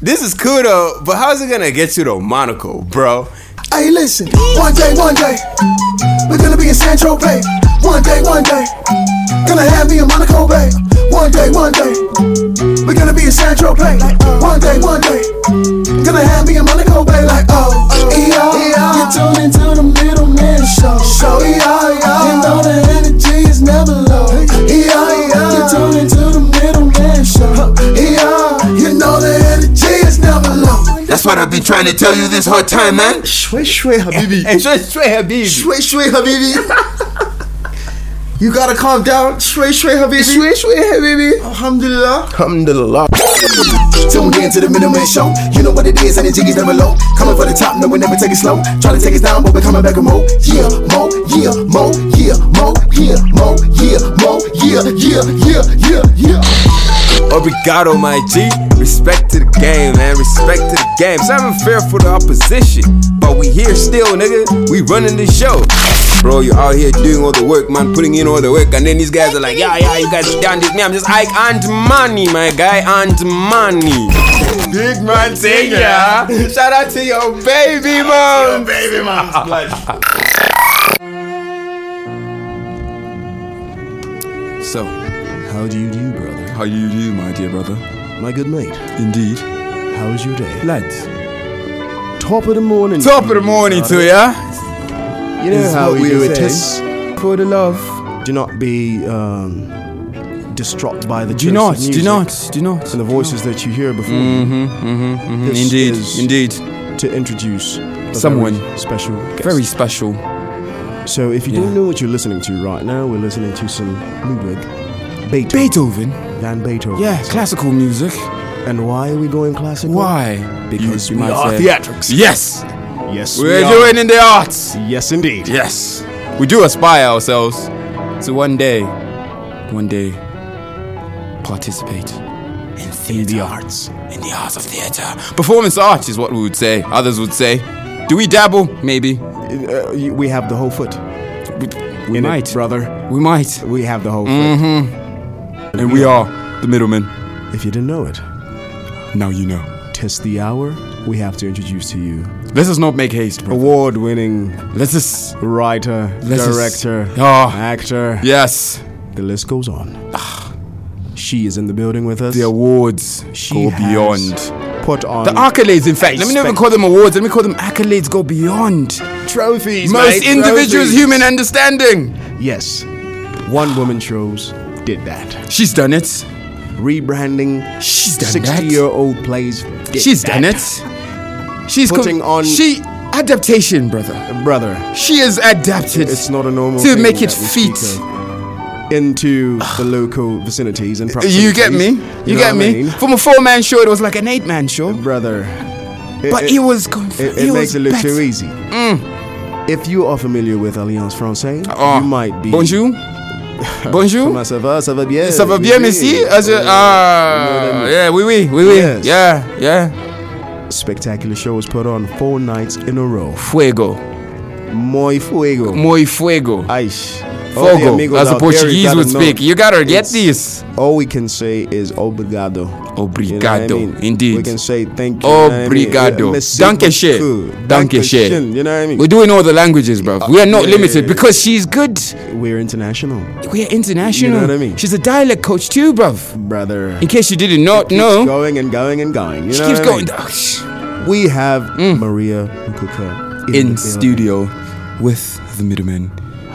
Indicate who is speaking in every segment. Speaker 1: This is cool though, but how's it gonna get you to Monaco, bro?
Speaker 2: Hey, listen, one day, one day, we're gonna be in San Tropez. One day, one day, gonna have me in Monaco Bay. One day, one day, we're gonna be in San Tropez. One day, one day, gonna have me in Monaco Bay. Like, oh, oh ER, you're tuned into the middleman show. So, ER, you know the energy is never low. ER, you're tuned into the middleman show. ER, you know the energy is never low.
Speaker 3: That's what I've been trying to tell you this whole time, man.
Speaker 4: Shwe shwe habibi.
Speaker 1: And straight, straight, Habib.
Speaker 4: Shwe shwe habibi. you gotta calm down. Shwe shwe habibi.
Speaker 1: Shwe shwe, Habibi.
Speaker 4: Alhamdulillah.
Speaker 3: Alhamdulillah.
Speaker 2: Tuned in to the middleman show. You know what it is, and the jig is never low. Coming for the top, no, we never take it slow. Try to take us down, but we're coming back and more. Yeah, more, yeah, more, yeah, more, yeah, more, yeah, more, yeah, yeah, yeah, yeah, yeah.
Speaker 1: Obrigado, my G. Respect to the game, man. Respect to the game. So I'm fair for the opposition, but we here still, nigga. We running the show. Bro, you out here doing all the work, man, putting in all the work, and then these guys are like, yeah, yeah, you guys done this. Me, I'm just Ike and money, my guy, and money. Big man thing, yeah. Shout out to your baby, mom.
Speaker 4: Baby mom's blood.
Speaker 1: So,
Speaker 4: How do you do, brother?
Speaker 1: how you do, my dear brother?
Speaker 4: My good mate.
Speaker 1: Indeed.
Speaker 4: How was your day?
Speaker 1: Lads.
Speaker 4: Top of the morning.
Speaker 1: Top of the morning to ya.
Speaker 4: You know
Speaker 1: is
Speaker 4: how
Speaker 1: what we
Speaker 4: we do it
Speaker 1: say.
Speaker 4: is.
Speaker 1: For the love.
Speaker 4: Do not be um, distraught by the
Speaker 1: Do
Speaker 4: choice
Speaker 1: not,
Speaker 4: of music
Speaker 1: do not, Mm-hmm. do not.
Speaker 4: and the voices that you hear before. you. This
Speaker 1: Indeed,
Speaker 4: is
Speaker 1: indeed.
Speaker 4: To introduce a
Speaker 1: Someone.
Speaker 4: very special, guest.
Speaker 1: Very special.
Speaker 4: So, if you
Speaker 1: Yeah.
Speaker 4: don't know what you're listening to right now, we're listening to some Ludwig Beethoven,
Speaker 1: Beethoven?
Speaker 4: Van Beethoven.
Speaker 1: Yeah, classical music.
Speaker 4: And why are we going classical?
Speaker 1: Why?
Speaker 4: Because
Speaker 1: You
Speaker 4: we
Speaker 1: might
Speaker 4: are
Speaker 1: say-
Speaker 4: theatrics.
Speaker 1: Yes!
Speaker 4: Yes,
Speaker 1: We're
Speaker 4: we are.
Speaker 1: doing in the arts!
Speaker 4: Yes, indeed.
Speaker 1: Yes! We do aspire ourselves to one day, one day, participate in, theater.
Speaker 4: The arts.
Speaker 1: In the arts of theater. Performance art is what we would say, others would say. Do we dabble? Maybe.
Speaker 4: Uh, you- we have the whole foot.
Speaker 1: We
Speaker 4: in it,
Speaker 1: might.
Speaker 4: brother.
Speaker 1: we might.
Speaker 4: We have the whole
Speaker 1: Mm.
Speaker 4: foot.
Speaker 1: And we are the middlemen.
Speaker 4: If you didn't know it,
Speaker 1: Now you know.
Speaker 4: test the hour. We have to introduce to you
Speaker 1: Let us not make haste, bro.
Speaker 4: award-winning
Speaker 1: Let us.
Speaker 4: writer,
Speaker 1: Let's just-
Speaker 4: director,
Speaker 1: Ah.
Speaker 4: actor.
Speaker 1: Yes.
Speaker 4: The list goes on. She is in the building with us.
Speaker 1: The awards
Speaker 4: she
Speaker 1: go
Speaker 4: has
Speaker 1: beyond.
Speaker 4: Put on
Speaker 1: The accolades, in fact. Let me never
Speaker 4: Respect.
Speaker 1: call them awards. Let me call them accolades go beyond.
Speaker 4: trophies.
Speaker 1: Most
Speaker 4: mate,
Speaker 1: individuals'
Speaker 4: trophies.
Speaker 1: human understanding.
Speaker 4: Yes, one woman shows did that.
Speaker 1: She's done it.
Speaker 4: Rebranding.
Speaker 1: She's done that.
Speaker 4: Sixty-year-old plays. Did
Speaker 1: She's
Speaker 4: that.
Speaker 1: done it. She's co-
Speaker 4: Putting on-
Speaker 1: She. Adaptation, brother.
Speaker 4: brother.
Speaker 1: She is adapted.
Speaker 4: It's not a normal
Speaker 1: To
Speaker 4: thing
Speaker 1: make it
Speaker 4: that we speak
Speaker 1: fit.
Speaker 4: of Into the local vicinities and proximities.
Speaker 1: You get me? You,
Speaker 4: know
Speaker 1: get
Speaker 4: what I
Speaker 1: me?
Speaker 4: mean?
Speaker 1: From a four man show, it was like an eight man show.
Speaker 4: brother. It-
Speaker 1: but it, was. Conf-
Speaker 4: It, it
Speaker 1: was
Speaker 4: makes it look
Speaker 1: better. Mm.
Speaker 4: too easy. If you are familiar with Alliance Francaise,
Speaker 1: Ah,
Speaker 4: you might be.
Speaker 1: Bonjour. Bonjour.
Speaker 4: Comment ça va? Ça va bien?
Speaker 1: Ça va
Speaker 4: Oui,
Speaker 1: bien,
Speaker 4: oui.
Speaker 1: merci. As a- ah,
Speaker 4: oui.
Speaker 1: yeah, oui, oui, oui, oui.
Speaker 4: Yes.
Speaker 1: Yeah, yeah.
Speaker 4: Spectacular show was put on four nights in a row.
Speaker 1: Fuego.
Speaker 4: Muy fuego.
Speaker 1: Muy fuego.
Speaker 4: Aish. All the
Speaker 1: Fogo,
Speaker 4: amigos
Speaker 1: as the
Speaker 4: out there, you
Speaker 1: Portuguese
Speaker 4: gotta
Speaker 1: would
Speaker 4: know,
Speaker 1: speak. You gotta get
Speaker 4: it's-
Speaker 1: this.
Speaker 4: All we can say is obrigado. You know what I
Speaker 1: Obrigado,
Speaker 4: mean? We
Speaker 1: indeed.
Speaker 4: can say thank you.
Speaker 1: Obrigado. Danke schön. Danke schön.
Speaker 4: You know what I mean?
Speaker 1: We're doing all the languages, bro. we are not
Speaker 4: yeah,
Speaker 1: limited
Speaker 4: yeah, yeah.
Speaker 1: because she's good.
Speaker 4: We're international,
Speaker 1: We are international.
Speaker 4: what I mean?
Speaker 1: She's a dialect coach too, bro.
Speaker 4: brother.
Speaker 1: In case you didn't not
Speaker 4: Keeps
Speaker 1: know,
Speaker 4: going and going and going. You
Speaker 1: she
Speaker 4: know
Speaker 1: keeps
Speaker 4: what I mean?
Speaker 1: going. Oh, sh-
Speaker 4: We have Maria Mukuka
Speaker 1: in
Speaker 4: the building.
Speaker 1: studio with the middleman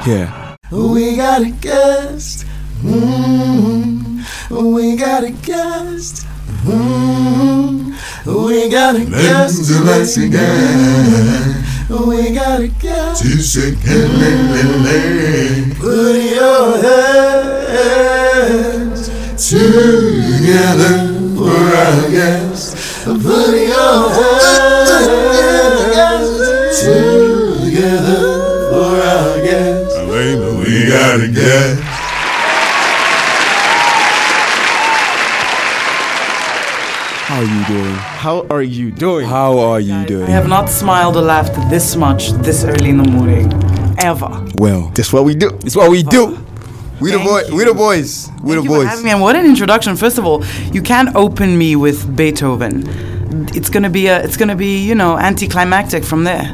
Speaker 1: here.
Speaker 2: We got a guest. Mm, we got a guest. Mm, we got a guest. We got a guest. Put your hands together for our guest. Put your hands together for our guest.
Speaker 5: We got a guest.
Speaker 4: How are you doing? How are you doing?
Speaker 1: How are you doing?
Speaker 6: I have not smiled or laughed this much this early in the morning. Ever.
Speaker 1: Well,
Speaker 4: That's what we do.
Speaker 1: it's what we do. We the
Speaker 6: Thank
Speaker 1: boy. We the boys. We the
Speaker 6: Thank you for
Speaker 1: boys.
Speaker 6: having me, and what an introduction. First of all, you can't open me with Beethoven. it's gonna be a, it's gonna be you know anticlimactic from there.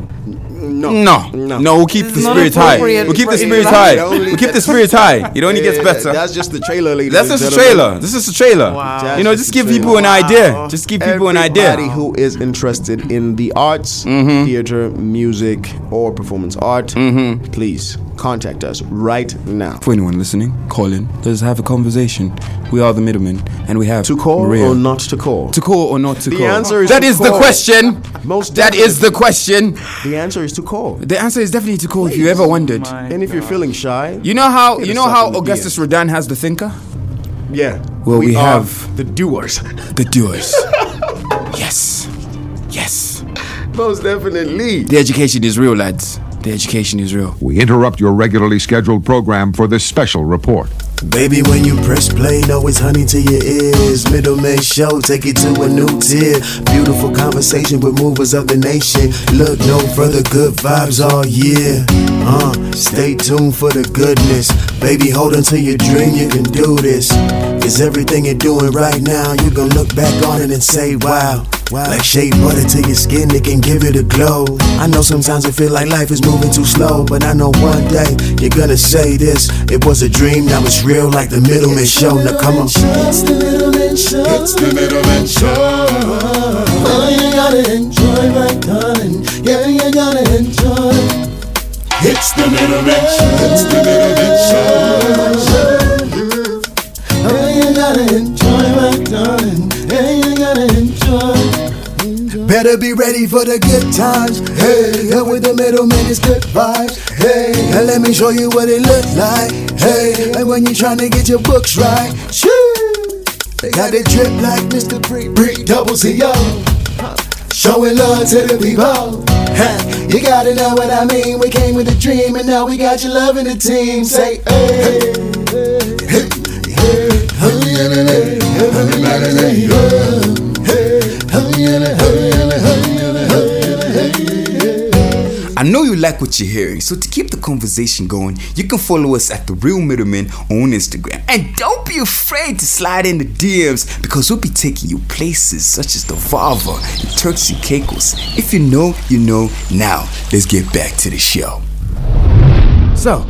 Speaker 4: No.
Speaker 1: No,
Speaker 4: No.
Speaker 1: no, we'll keep the
Speaker 6: is not
Speaker 1: spirits high.
Speaker 6: appropriate
Speaker 1: We'll keep the
Speaker 6: for
Speaker 1: spirits
Speaker 6: Eli.
Speaker 1: high.
Speaker 4: It only
Speaker 1: We'll keep the
Speaker 4: gets-
Speaker 1: spirits high. It only gets
Speaker 4: Yeah,
Speaker 1: better.
Speaker 4: Eh, That's just the trailer, ladies.
Speaker 1: That's
Speaker 4: and
Speaker 1: just a
Speaker 4: gentlemen.
Speaker 1: trailer. This is a trailer.
Speaker 6: Wow.
Speaker 1: You know,
Speaker 4: That's
Speaker 1: just
Speaker 4: just
Speaker 1: give
Speaker 4: a
Speaker 1: people an
Speaker 4: trailer.
Speaker 1: idea. Just give people an
Speaker 4: Everybody
Speaker 1: idea. Mm-hmm.
Speaker 4: who is interested in the arts, theater, music, or performance art,
Speaker 1: Mm-hmm.
Speaker 4: please contact us right now.
Speaker 1: For anyone listening, call in. Let's have a conversation. We are the middlemen, and we have
Speaker 4: To call
Speaker 1: Maria.
Speaker 4: or not to call?
Speaker 1: To call or not to
Speaker 4: The
Speaker 1: call?
Speaker 4: answer is
Speaker 1: that
Speaker 4: to
Speaker 1: is the
Speaker 4: call.
Speaker 1: question.
Speaker 4: Most
Speaker 1: that is the question.
Speaker 4: The answer is to call.
Speaker 1: The answer is definitely to call. If you ever wondered,
Speaker 6: My
Speaker 4: And if you're feeling shy,
Speaker 1: you know how
Speaker 4: Hit
Speaker 1: you
Speaker 4: us
Speaker 1: know
Speaker 4: up in
Speaker 1: how
Speaker 4: the
Speaker 1: Augustus
Speaker 4: DM.
Speaker 1: Rodan has the thinker,
Speaker 4: yeah.
Speaker 1: Well, we
Speaker 4: are
Speaker 1: have-
Speaker 4: the doers.
Speaker 1: the doers. yes, yes.
Speaker 4: Most definitely.
Speaker 1: The education is real, lads. The education is real.
Speaker 7: We interrupt your regularly scheduled program for this special report.
Speaker 8: Baby, when you press play, know it's honey to your ears. Middleman show, take it to a new tier. Beautiful conversation with movers of the nation. Look no further, good vibes all year. Uh, stay tuned for the goodness. Baby, hold on to your dream, you can do this. Cause everything you're doing right now, you can look back on it and say, wow. Like shea butter to your skin, it can give it a glow. I know sometimes it feel like life is moving too slow, but I know one day you're gonna say this. It was a dream, now it's real, like the middleman show. Now come on. It's the middleman show. It's the middleman show. Oh, you gotta enjoy, my darling. Yeah, you gotta enjoy. It's the middleman show. It's the middleman show. Oh, you gotta enjoy, my darling. Yeah, you gotta enjoy. Better be ready for the good times. Hey, and with the middleman it's good vibes. Hey, and let me show you what it look like. Hey, and when you're trying to get your books right, shoo, they got it drip like Mr. Pre Pre Double CO. Showing love to the people. Huh, You gotta know what I mean. We came with a dream, and now we got you loving the team. Say, hey. hey, hey, hey, hey, hey, hey, hey, hey.
Speaker 1: I know you like what you're hearing, so to keep the conversation going, you can follow us at The Real Middlemen on Instagram. And don't be afraid to slide in the DMs because we'll be taking you places such as the Vava and Turks and Caicos. If you know, you know now. Let's get back to the show. So,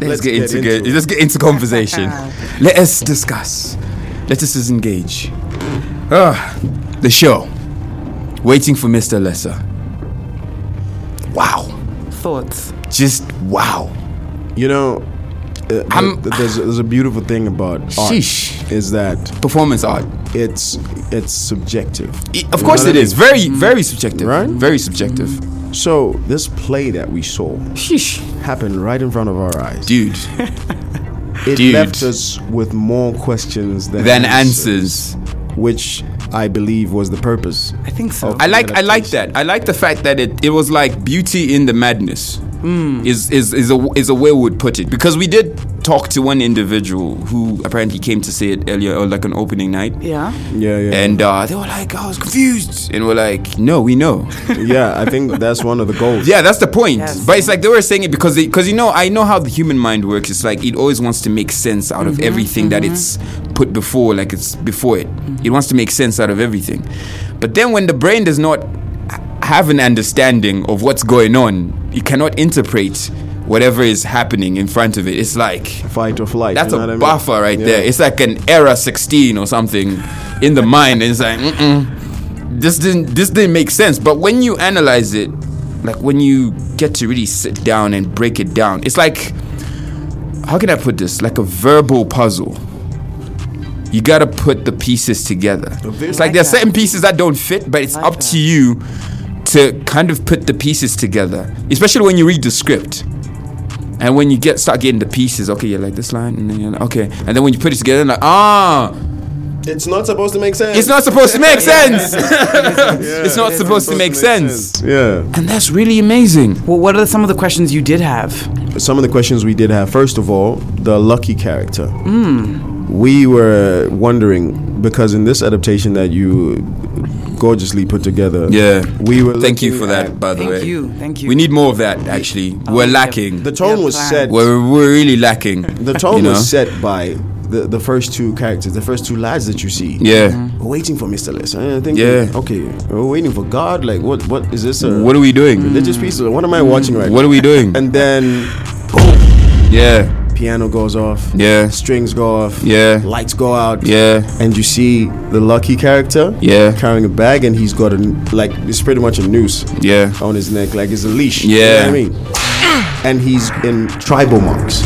Speaker 1: let's, get, into,
Speaker 4: into
Speaker 1: good- let's get into conversation. Let us discuss. Let us engage. Ah, the show. Waiting for Mr. Lesser. Wow
Speaker 6: thoughts.
Speaker 1: just wow.
Speaker 4: You know, uh,
Speaker 1: I'm-
Speaker 4: th- there's, there's a beautiful thing about art
Speaker 1: Sheesh.
Speaker 4: is that
Speaker 1: Performance art.
Speaker 4: it's it's subjective.
Speaker 1: I- of course
Speaker 4: what
Speaker 1: it
Speaker 4: I Mm-hmm.
Speaker 1: is. Very, very subjective.
Speaker 4: Right?
Speaker 1: Very subjective.
Speaker 4: So this play that we saw
Speaker 1: Sheesh.
Speaker 4: happened right in front of our eyes.
Speaker 1: Dude,
Speaker 4: it
Speaker 1: dude.
Speaker 4: left us with more questions than,
Speaker 1: then answers.
Speaker 4: which I believe was the purpose.
Speaker 6: I think so.
Speaker 1: Oh, I like I like that. I like the fact that it, it was like beauty in the madness.
Speaker 4: Hmm.
Speaker 1: Is is is a is a way we would put it because we did talk to one individual who apparently came to see it earlier or like an opening night.
Speaker 6: yeah.
Speaker 4: Yeah, yeah,
Speaker 1: And uh, they were like, I was confused, and we're like, No, we know.
Speaker 4: yeah. I think that's one of the goals.
Speaker 1: Yeah, that's the point.
Speaker 6: Yes.
Speaker 1: But it's like they were saying it because because you know I know how the human mind works. It's like it always wants to make sense out of everything that it's put before, like it's before it. It wants to make sense out of everything. But then when the brain does not h- have an understanding of what's going on, it cannot interpret whatever is happening in front of it. It's like
Speaker 4: fight or flight.
Speaker 1: that's
Speaker 4: you know what I
Speaker 1: a
Speaker 4: mean?
Speaker 1: buffer right
Speaker 4: Yeah.
Speaker 1: there. It's like an error 16 or something in the mind. And it's like, mm-mm, this didn't this didn't make sense. But when you analyze it, like when you get to really sit down and break it down, it's like, how can I put this? Like a verbal puzzle. You gotta put the pieces together. It's like
Speaker 6: Like
Speaker 1: there are
Speaker 6: that.
Speaker 1: certain pieces that don't fit, but it's
Speaker 6: Like
Speaker 1: up
Speaker 6: that.
Speaker 1: to you to kind of put the pieces together, especially when you read the script. And when you get start getting the pieces, okay, you're like this line, and then you're like, okay, and then when you put it together, like ah,
Speaker 4: It's not supposed to make sense.
Speaker 1: it's not supposed to make sense. it's not
Speaker 6: It is
Speaker 1: supposed to make sense.
Speaker 4: Yeah.
Speaker 1: And that's really amazing.
Speaker 6: Well, what are some of the questions you did have?
Speaker 4: Some of the questions we did have. First of all, the lucky character.
Speaker 1: Hmm.
Speaker 4: We were wondering because in this adaptation that you gorgeously put together.
Speaker 1: Yeah.
Speaker 4: We were.
Speaker 1: Thank you
Speaker 4: looking
Speaker 1: for that,
Speaker 4: at-
Speaker 1: by the
Speaker 6: Thank
Speaker 1: way.
Speaker 6: you, thank you.
Speaker 1: We need more of that. Actually, we're
Speaker 6: like it.
Speaker 1: lacking.
Speaker 4: The tone
Speaker 6: Yeah,
Speaker 4: was
Speaker 6: plan.
Speaker 4: set.
Speaker 1: We're we're really lacking.
Speaker 4: The tone
Speaker 1: you know?
Speaker 4: was set by the, the first two characters, the first two lads that you see.
Speaker 1: Yeah.
Speaker 4: We're waiting for Mr. Lesser. And I think,
Speaker 1: Yeah.
Speaker 4: okay, we're waiting for God. Like, what? What is this? A
Speaker 1: What are we doing?
Speaker 4: Religious piece? What am I watching right
Speaker 1: What
Speaker 4: now?
Speaker 1: are we doing?
Speaker 4: Mm-hmm. And then
Speaker 1: Yeah.
Speaker 4: piano goes off.
Speaker 1: Yeah.
Speaker 4: Strings go off.
Speaker 1: Yeah.
Speaker 4: Lights go out.
Speaker 1: Yeah.
Speaker 4: And you see the lucky character.
Speaker 1: Yeah.
Speaker 4: Carrying a bag and he's got a like it's pretty much a noose.
Speaker 1: Yeah.
Speaker 4: On his neck, like it's a leash.
Speaker 1: Yeah.
Speaker 4: You know what I mean. And he's in tribal marks.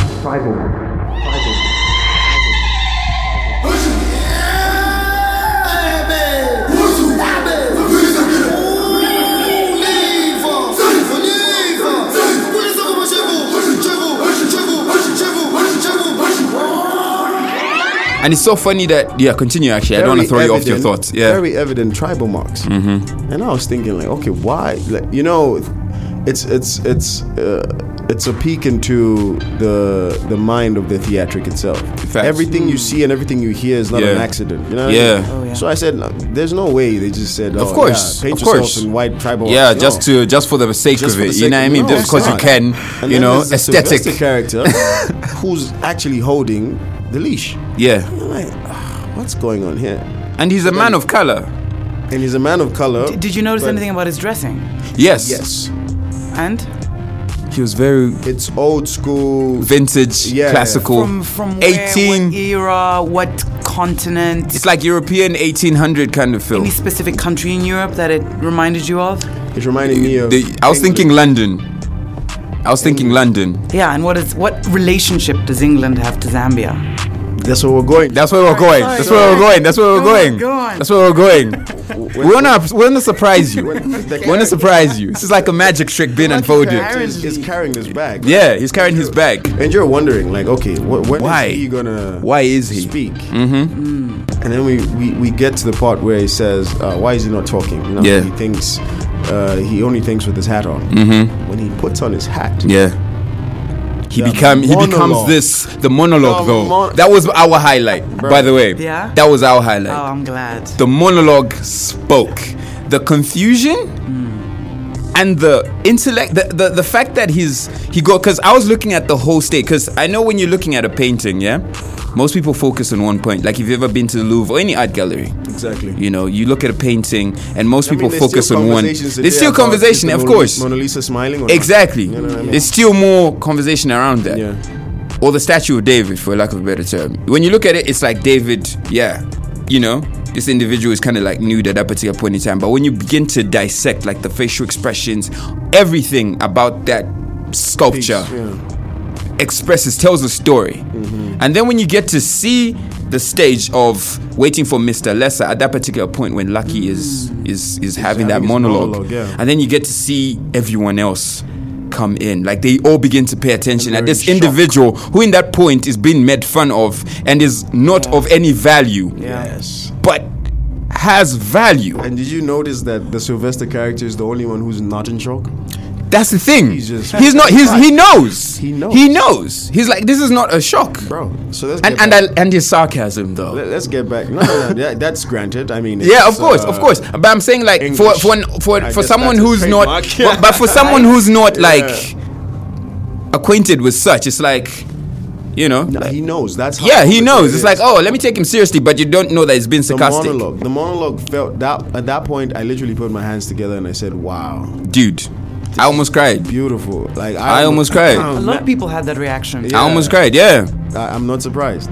Speaker 1: And it's so funny that yeah. Continue. Actually, I don't want to
Speaker 4: Very
Speaker 1: throw you off your
Speaker 4: evident-
Speaker 1: thoughts. Yeah.
Speaker 4: Very evident tribal marks. Mm-hmm. And I was thinking like, okay, why? Like, you know, it's it's it's. Uh, it's a peek into the the mind of the theatric itself.
Speaker 1: Facts.
Speaker 4: Everything you see and everything you hear is not an
Speaker 1: Yeah.
Speaker 4: accident. You know. what I
Speaker 1: Yeah.
Speaker 4: mean?
Speaker 1: Oh,
Speaker 6: yeah.
Speaker 4: So I said, "No, there's no way they just said, oh,
Speaker 1: Of course,
Speaker 4: yeah, paint
Speaker 1: of
Speaker 4: yourself
Speaker 1: course.
Speaker 4: in white tribal.
Speaker 1: yeah,
Speaker 4: No.
Speaker 1: just to just for the sake
Speaker 4: Just
Speaker 1: of
Speaker 4: for
Speaker 1: it,
Speaker 4: the
Speaker 1: you know what I
Speaker 4: sake of-
Speaker 1: mean?
Speaker 4: no,
Speaker 1: just
Speaker 4: it's
Speaker 1: because you
Speaker 4: not.
Speaker 1: can,
Speaker 4: And
Speaker 1: you
Speaker 4: then
Speaker 1: know,
Speaker 4: there's the
Speaker 1: aesthetic.
Speaker 4: Sylvester character who's actually holding the leash.
Speaker 1: Yeah,
Speaker 4: I'm like, "Ah, what's going on here?
Speaker 1: and he's a man of color.
Speaker 4: And he's a man of color.
Speaker 6: D- Did you notice
Speaker 4: but-
Speaker 6: anything about his dressing?
Speaker 1: Yes,
Speaker 4: Yes,
Speaker 6: And
Speaker 1: he was very
Speaker 4: it's old school.
Speaker 1: vintage,
Speaker 4: Yeah.
Speaker 1: classical.
Speaker 6: from from where,
Speaker 1: eighteen.
Speaker 6: what era, what continent?
Speaker 1: it's like European 1800 kind of film.
Speaker 6: any specific country in Europe that it reminded you of?
Speaker 4: It reminded me of.
Speaker 1: The- I was thinking London. I was thinking London.
Speaker 6: Yeah, and what is what relationship does England have to Zambia?
Speaker 4: that's where we're going.
Speaker 1: That's where we're going. That's where we're going. That's where we're
Speaker 6: Go on,
Speaker 1: going.
Speaker 6: go on.
Speaker 1: That's where we're going. We wanna, we wanna surprise you. We wanna surprise you. This is like a magic trick being unfolded.
Speaker 4: Is, is carrying this bag.
Speaker 1: Yeah, he's carrying his bag.
Speaker 4: And you're wondering, like, okay, wh- when is
Speaker 1: Why?
Speaker 4: he gonna?
Speaker 1: Why is he?
Speaker 4: speak? Mm-hmm.
Speaker 6: Mm.
Speaker 4: And then we, we we get to the part where he says, uh, "Why is he not talking?" You know,
Speaker 1: Yeah.
Speaker 4: he thinks uh, he only thinks with his hat on. Mm-hmm. When he puts on his hat,
Speaker 1: Yeah. He
Speaker 4: The
Speaker 1: become he becomes
Speaker 4: monologue.
Speaker 1: this the monologue
Speaker 4: The
Speaker 1: though.
Speaker 4: mon-
Speaker 1: that was our highlight, by the way.
Speaker 6: Yeah?
Speaker 1: That was our highlight.
Speaker 6: Oh, I'm glad.
Speaker 1: the monologue spoke. The confusion and the intellect, the, the, the fact that he's he got because I was looking at the whole state because I know when you're looking at a painting, yeah, most people focus on one point. Like if you've ever been to the Louvre or any art gallery,
Speaker 4: Exactly.
Speaker 1: you know, you look at a painting and most
Speaker 4: I mean,
Speaker 1: people
Speaker 4: there's
Speaker 1: focus
Speaker 4: still
Speaker 1: on one.
Speaker 4: conversations
Speaker 1: There's
Speaker 4: today
Speaker 1: still
Speaker 4: about
Speaker 1: conversation,
Speaker 4: is the
Speaker 1: of
Speaker 4: Mona-
Speaker 1: course.
Speaker 4: Mona Lisa smiling. Or not.
Speaker 1: Exactly.
Speaker 4: You know what I mean?
Speaker 1: There's still more conversation around that.
Speaker 4: Yeah.
Speaker 1: Or the statue of David, for lack of a better term. When you look at it, it's like David, yeah, you know, this individual is kind of like nude at that particular point in time. But when you begin to dissect, like the facial expressions, everything about that sculpture
Speaker 4: Yeah. Mm-hmm.
Speaker 1: expresses, tells a story. And then when you get to see the stage of waiting for Mr. Lesser at that particular point when Lucky is is is having, that
Speaker 4: Mm. having his
Speaker 1: monologue,
Speaker 4: monologue, yeah.
Speaker 1: and then you get to see everyone else come in like they all begin to pay attention at this individual who in that point is being made fun of and is not of any value
Speaker 4: Yes.
Speaker 1: but has value
Speaker 4: And did you notice that the Sylvester character is the only one who's not in shock?
Speaker 1: that's the thing he's,
Speaker 4: He's just-
Speaker 1: not he's, he knows
Speaker 4: He knows.
Speaker 1: he knows he's like this is not a shock
Speaker 4: Bro, so let's
Speaker 1: and
Speaker 4: get
Speaker 1: and,
Speaker 4: back.
Speaker 1: I, and his sarcasm though
Speaker 4: Let- Let's get back. No, no, no, that- that's granted. I mean,
Speaker 1: Yeah, of
Speaker 4: it's,
Speaker 1: course,
Speaker 4: uh,
Speaker 1: of course. But I'm saying like for for an, for
Speaker 4: I
Speaker 1: for
Speaker 4: guess
Speaker 1: someone
Speaker 4: that's a
Speaker 1: who's not,
Speaker 4: trademark.
Speaker 1: but, but for someone who's not like acquainted with such, it's like, you know,
Speaker 4: Nah,
Speaker 1: like-
Speaker 4: he knows. That's how
Speaker 1: yeah, he
Speaker 4: complicated
Speaker 1: knows.
Speaker 4: it
Speaker 1: It's
Speaker 4: is.
Speaker 1: like, oh, let me take him seriously, but you don't know that it's been
Speaker 4: the
Speaker 1: sarcastic,
Speaker 4: monologue. The monologue felt that at that point. I literally put my hands together and I said, "Wow,
Speaker 1: dude. I almost cried.
Speaker 4: beautiful!" Like
Speaker 1: I almost cried.
Speaker 6: A
Speaker 4: I'm
Speaker 6: lot of
Speaker 4: not,
Speaker 6: people had that reaction.
Speaker 1: I almost cried. Yeah,
Speaker 4: I- I'm not surprised.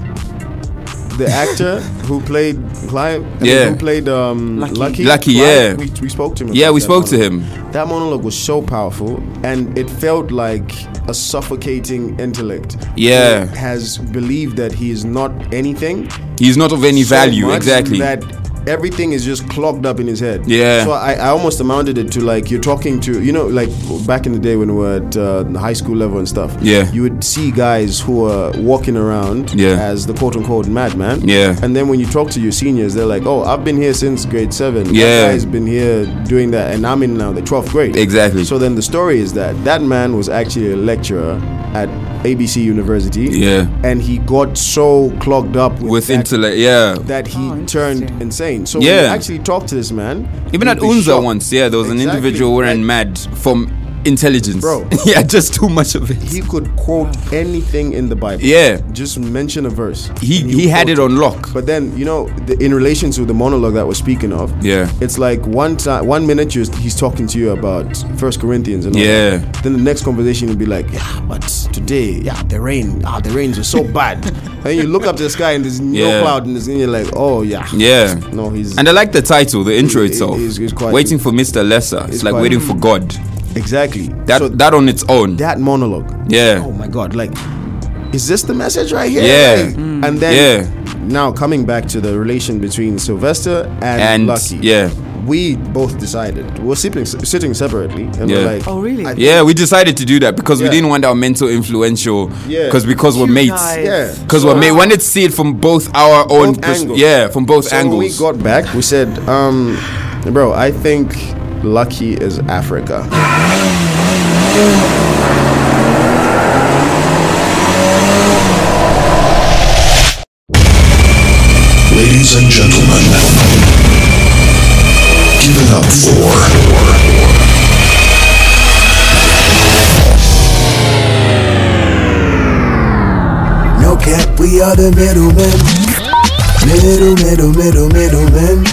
Speaker 4: The actor who played Clive, I mean,
Speaker 1: Yeah.
Speaker 4: who played um,
Speaker 1: Lucky,
Speaker 4: Lucky, Clive,
Speaker 1: yeah.
Speaker 4: we, we spoke to him.
Speaker 1: Yeah,
Speaker 4: about
Speaker 1: we
Speaker 4: that
Speaker 1: spoke to
Speaker 4: monologue.
Speaker 1: him.
Speaker 4: That monologue was so powerful, and it felt like a suffocating intellect.
Speaker 1: Yeah.
Speaker 4: who has believed that he is not anything,
Speaker 1: he's not of any
Speaker 4: so
Speaker 1: value.
Speaker 4: much
Speaker 1: Exactly.
Speaker 4: That everything is just clogged up in his head.
Speaker 1: Yeah.
Speaker 4: So I, I almost amounted it to like you're talking to you know like back in the day when we were at uh, the high school level and stuff.
Speaker 1: Yeah.
Speaker 4: You would see guys who are walking around
Speaker 1: Yeah.
Speaker 4: as the quote unquote madman.
Speaker 1: Yeah.
Speaker 4: And then when you talk to your seniors, they're like, oh, I've been here since grade seven.
Speaker 1: Yeah.
Speaker 4: That guy's been here doing that, and I'm in now the twelfth grade.
Speaker 1: Exactly.
Speaker 4: So then the story is that that man was actually a lecturer at ABC University.
Speaker 1: Yeah.
Speaker 4: And he got so clogged up with,
Speaker 1: with
Speaker 4: that
Speaker 1: intellect, yeah.
Speaker 4: that he
Speaker 6: Oh,
Speaker 4: turned
Speaker 6: interesting.
Speaker 4: insane. So yeah. when
Speaker 1: Yeah.
Speaker 4: you actually talk to this man,
Speaker 1: Even
Speaker 4: you'd
Speaker 1: at
Speaker 4: be
Speaker 1: Unza
Speaker 4: shocked.
Speaker 1: once, yeah, there was an
Speaker 4: Exactly.
Speaker 1: individual wearing
Speaker 4: Like,
Speaker 1: mad from intelligence.
Speaker 4: Bro.
Speaker 1: yeah, just too much of it.
Speaker 4: He could quote
Speaker 6: Oh.
Speaker 4: anything in the Bible.
Speaker 1: Yeah.
Speaker 4: Just mention a verse.
Speaker 1: He
Speaker 4: and you
Speaker 1: he had
Speaker 4: quote
Speaker 1: it on lock.
Speaker 4: But then you know, the, in relation to the monologue that we're speaking of,
Speaker 1: Yeah.
Speaker 4: it's like one time, one minute you're, he's talking to you about First Corinthians, and all
Speaker 1: Yeah.
Speaker 4: that. Then the next conversation will be like, yeah, but today, yeah, the rain, ah, the rains are so bad, and you look up to the sky and there's no
Speaker 1: Yeah.
Speaker 4: cloud, and, there's, and you're like, oh yeah,
Speaker 1: Yeah.
Speaker 4: no, he's
Speaker 1: And I like the title, the intro
Speaker 4: It- it-
Speaker 1: itself.
Speaker 4: it's- it's quite-
Speaker 1: waiting for Mr. Lesser. It's,
Speaker 4: it's
Speaker 1: like
Speaker 4: quite-
Speaker 1: waiting for God.
Speaker 4: exactly
Speaker 1: That
Speaker 4: So
Speaker 1: that on its own.
Speaker 4: that monologue.
Speaker 1: Yeah.
Speaker 4: Oh my god, like is this the message right here?
Speaker 1: Yeah.
Speaker 4: Like,
Speaker 1: Mm.
Speaker 4: And
Speaker 1: Yeah.
Speaker 4: then now coming back to the relation between Sylvester and,
Speaker 1: And,
Speaker 4: Lucky.
Speaker 1: yeah.
Speaker 4: We both decided. We're sitting sitting separately and
Speaker 1: Yeah.
Speaker 4: we're like
Speaker 6: Oh, really?
Speaker 4: I-
Speaker 1: yeah, we decided to do that because we
Speaker 4: Yeah.
Speaker 1: didn't want our mental influential.
Speaker 4: Yeah.
Speaker 1: Because because we're
Speaker 6: You
Speaker 1: mates.
Speaker 6: guys.
Speaker 4: Yeah.
Speaker 1: Because we're made, wanted to see it from both our own,
Speaker 4: Both
Speaker 1: pers-
Speaker 4: angles.
Speaker 1: yeah, from both
Speaker 4: So
Speaker 1: angles.
Speaker 4: When we got back, we said, um, bro, I think Lucky is Africa.
Speaker 5: Ladies and gentlemen, give it up for
Speaker 2: No cap, we are the middlemen. Middle, middle, middle, middlemen.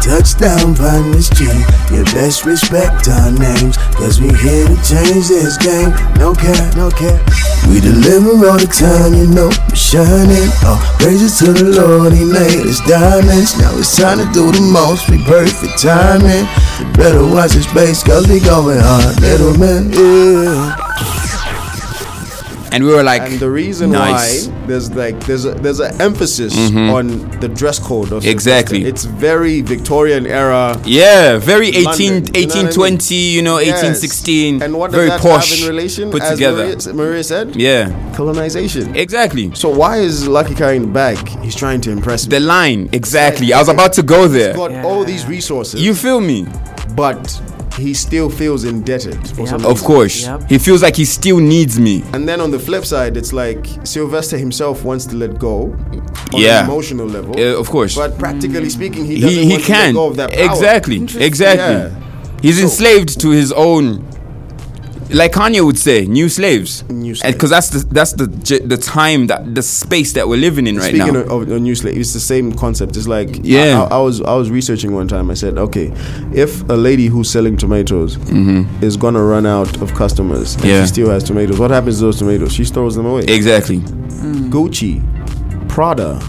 Speaker 2: Touchdown by Miss G. You best respect our names. Cause we here to change this game. No cap, no cap. We deliver all the time, you know. We shining. Oh, praises to the Lord. He made us diamonds. Now it's time to do the most. We perfect timing. Better watch this space, cause we going hard. Little man, yeah.
Speaker 1: and we were like,
Speaker 4: And the reason
Speaker 1: Nice. Mm-hmm.
Speaker 4: why there's like there's a, there's an emphasis on the dress code of Sylvester.
Speaker 1: Exactly.
Speaker 4: It's very Victorian era.
Speaker 1: yeah, very 18,
Speaker 4: London, you know what I
Speaker 1: 1820, you know, 1816.
Speaker 4: Yes. And what does
Speaker 1: very
Speaker 4: that
Speaker 1: posh,
Speaker 4: have in relation?
Speaker 1: Put
Speaker 4: as
Speaker 1: together.
Speaker 4: Maria, Maria said,
Speaker 1: Yeah,
Speaker 4: colonization.
Speaker 1: exactly.
Speaker 4: so why is Lucky carrying the bag? He's trying to impress me.
Speaker 1: The line, exactly. I was about to go there.
Speaker 4: He's got all these resources,
Speaker 1: You feel me?
Speaker 4: but he still feels indebted for
Speaker 6: Yeah.
Speaker 4: some
Speaker 1: Of
Speaker 4: reason.
Speaker 1: course.
Speaker 6: Yep.
Speaker 1: He feels like he still needs me.
Speaker 4: And then on the flip side, it's like Sylvester himself wants to let go on
Speaker 1: Yeah.
Speaker 4: an emotional level.
Speaker 1: Uh, of course.
Speaker 4: But practically speaking, he doesn't
Speaker 1: He, he
Speaker 4: want to
Speaker 1: can.
Speaker 4: let go of that power.
Speaker 1: Exactly. Exactly. He's enslaved to his own like Kanye would say, new slaves.
Speaker 4: New slaves.
Speaker 1: Because that's the that's the ge- the time that the space that we're living in right
Speaker 4: Speaking
Speaker 1: now.
Speaker 4: of, of new slave, it's the same concept. It's like
Speaker 1: Yeah.
Speaker 4: I, I, I was I was researching one time. I said, okay, if a lady who's selling tomatoes is gonna run out of customers, and
Speaker 1: Mm-hmm. Yeah.
Speaker 4: she still has tomatoes, what happens to those tomatoes? She throws them away.
Speaker 1: exactly.
Speaker 4: Gucci, Prada,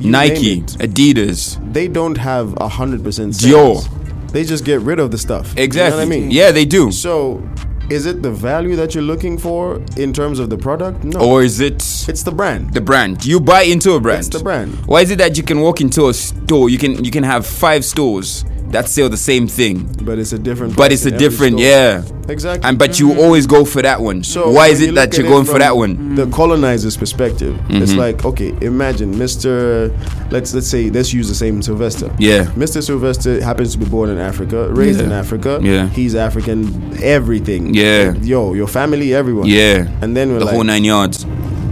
Speaker 4: you
Speaker 1: Nike,
Speaker 4: name it,
Speaker 1: Adidas.
Speaker 4: they don't have a hundred percent
Speaker 1: Dior.
Speaker 4: sales. They just get rid of the stuff. You know
Speaker 1: Exactly.
Speaker 4: what I mean,
Speaker 1: Yeah, they do.
Speaker 4: So, is it the value that you're looking for in terms of the product? No.
Speaker 1: Or is it
Speaker 4: it's the brand.
Speaker 1: the brand? You buy into a brand.
Speaker 4: It's the brand.
Speaker 1: Why is it that you can walk into a store? You can you can have five stores that sell the same thing,
Speaker 4: but it's a different.
Speaker 1: but
Speaker 4: product
Speaker 1: it's a
Speaker 4: in every
Speaker 1: different
Speaker 4: store.
Speaker 1: yeah.
Speaker 4: Exactly.
Speaker 1: And but you always go for that one.
Speaker 4: Mm. So
Speaker 1: Why
Speaker 4: when
Speaker 1: is
Speaker 4: you
Speaker 1: it that
Speaker 4: look
Speaker 1: you're
Speaker 4: at
Speaker 1: going for
Speaker 4: from
Speaker 1: that one? Mm-hmm.
Speaker 4: The colonizer's perspective. It's like okay, imagine Mr. Let's let's say let's use the same Sylvester.
Speaker 1: Yeah.
Speaker 4: Mr. Sylvester happens to be born in Africa, raised in
Speaker 1: Yeah.
Speaker 4: Africa.
Speaker 1: Yeah.
Speaker 4: He's African. Everything.
Speaker 1: Yeah.
Speaker 4: Yo, your family, everyone.
Speaker 1: Yeah.
Speaker 4: And then we're
Speaker 1: the
Speaker 4: like,
Speaker 1: whole nine yards.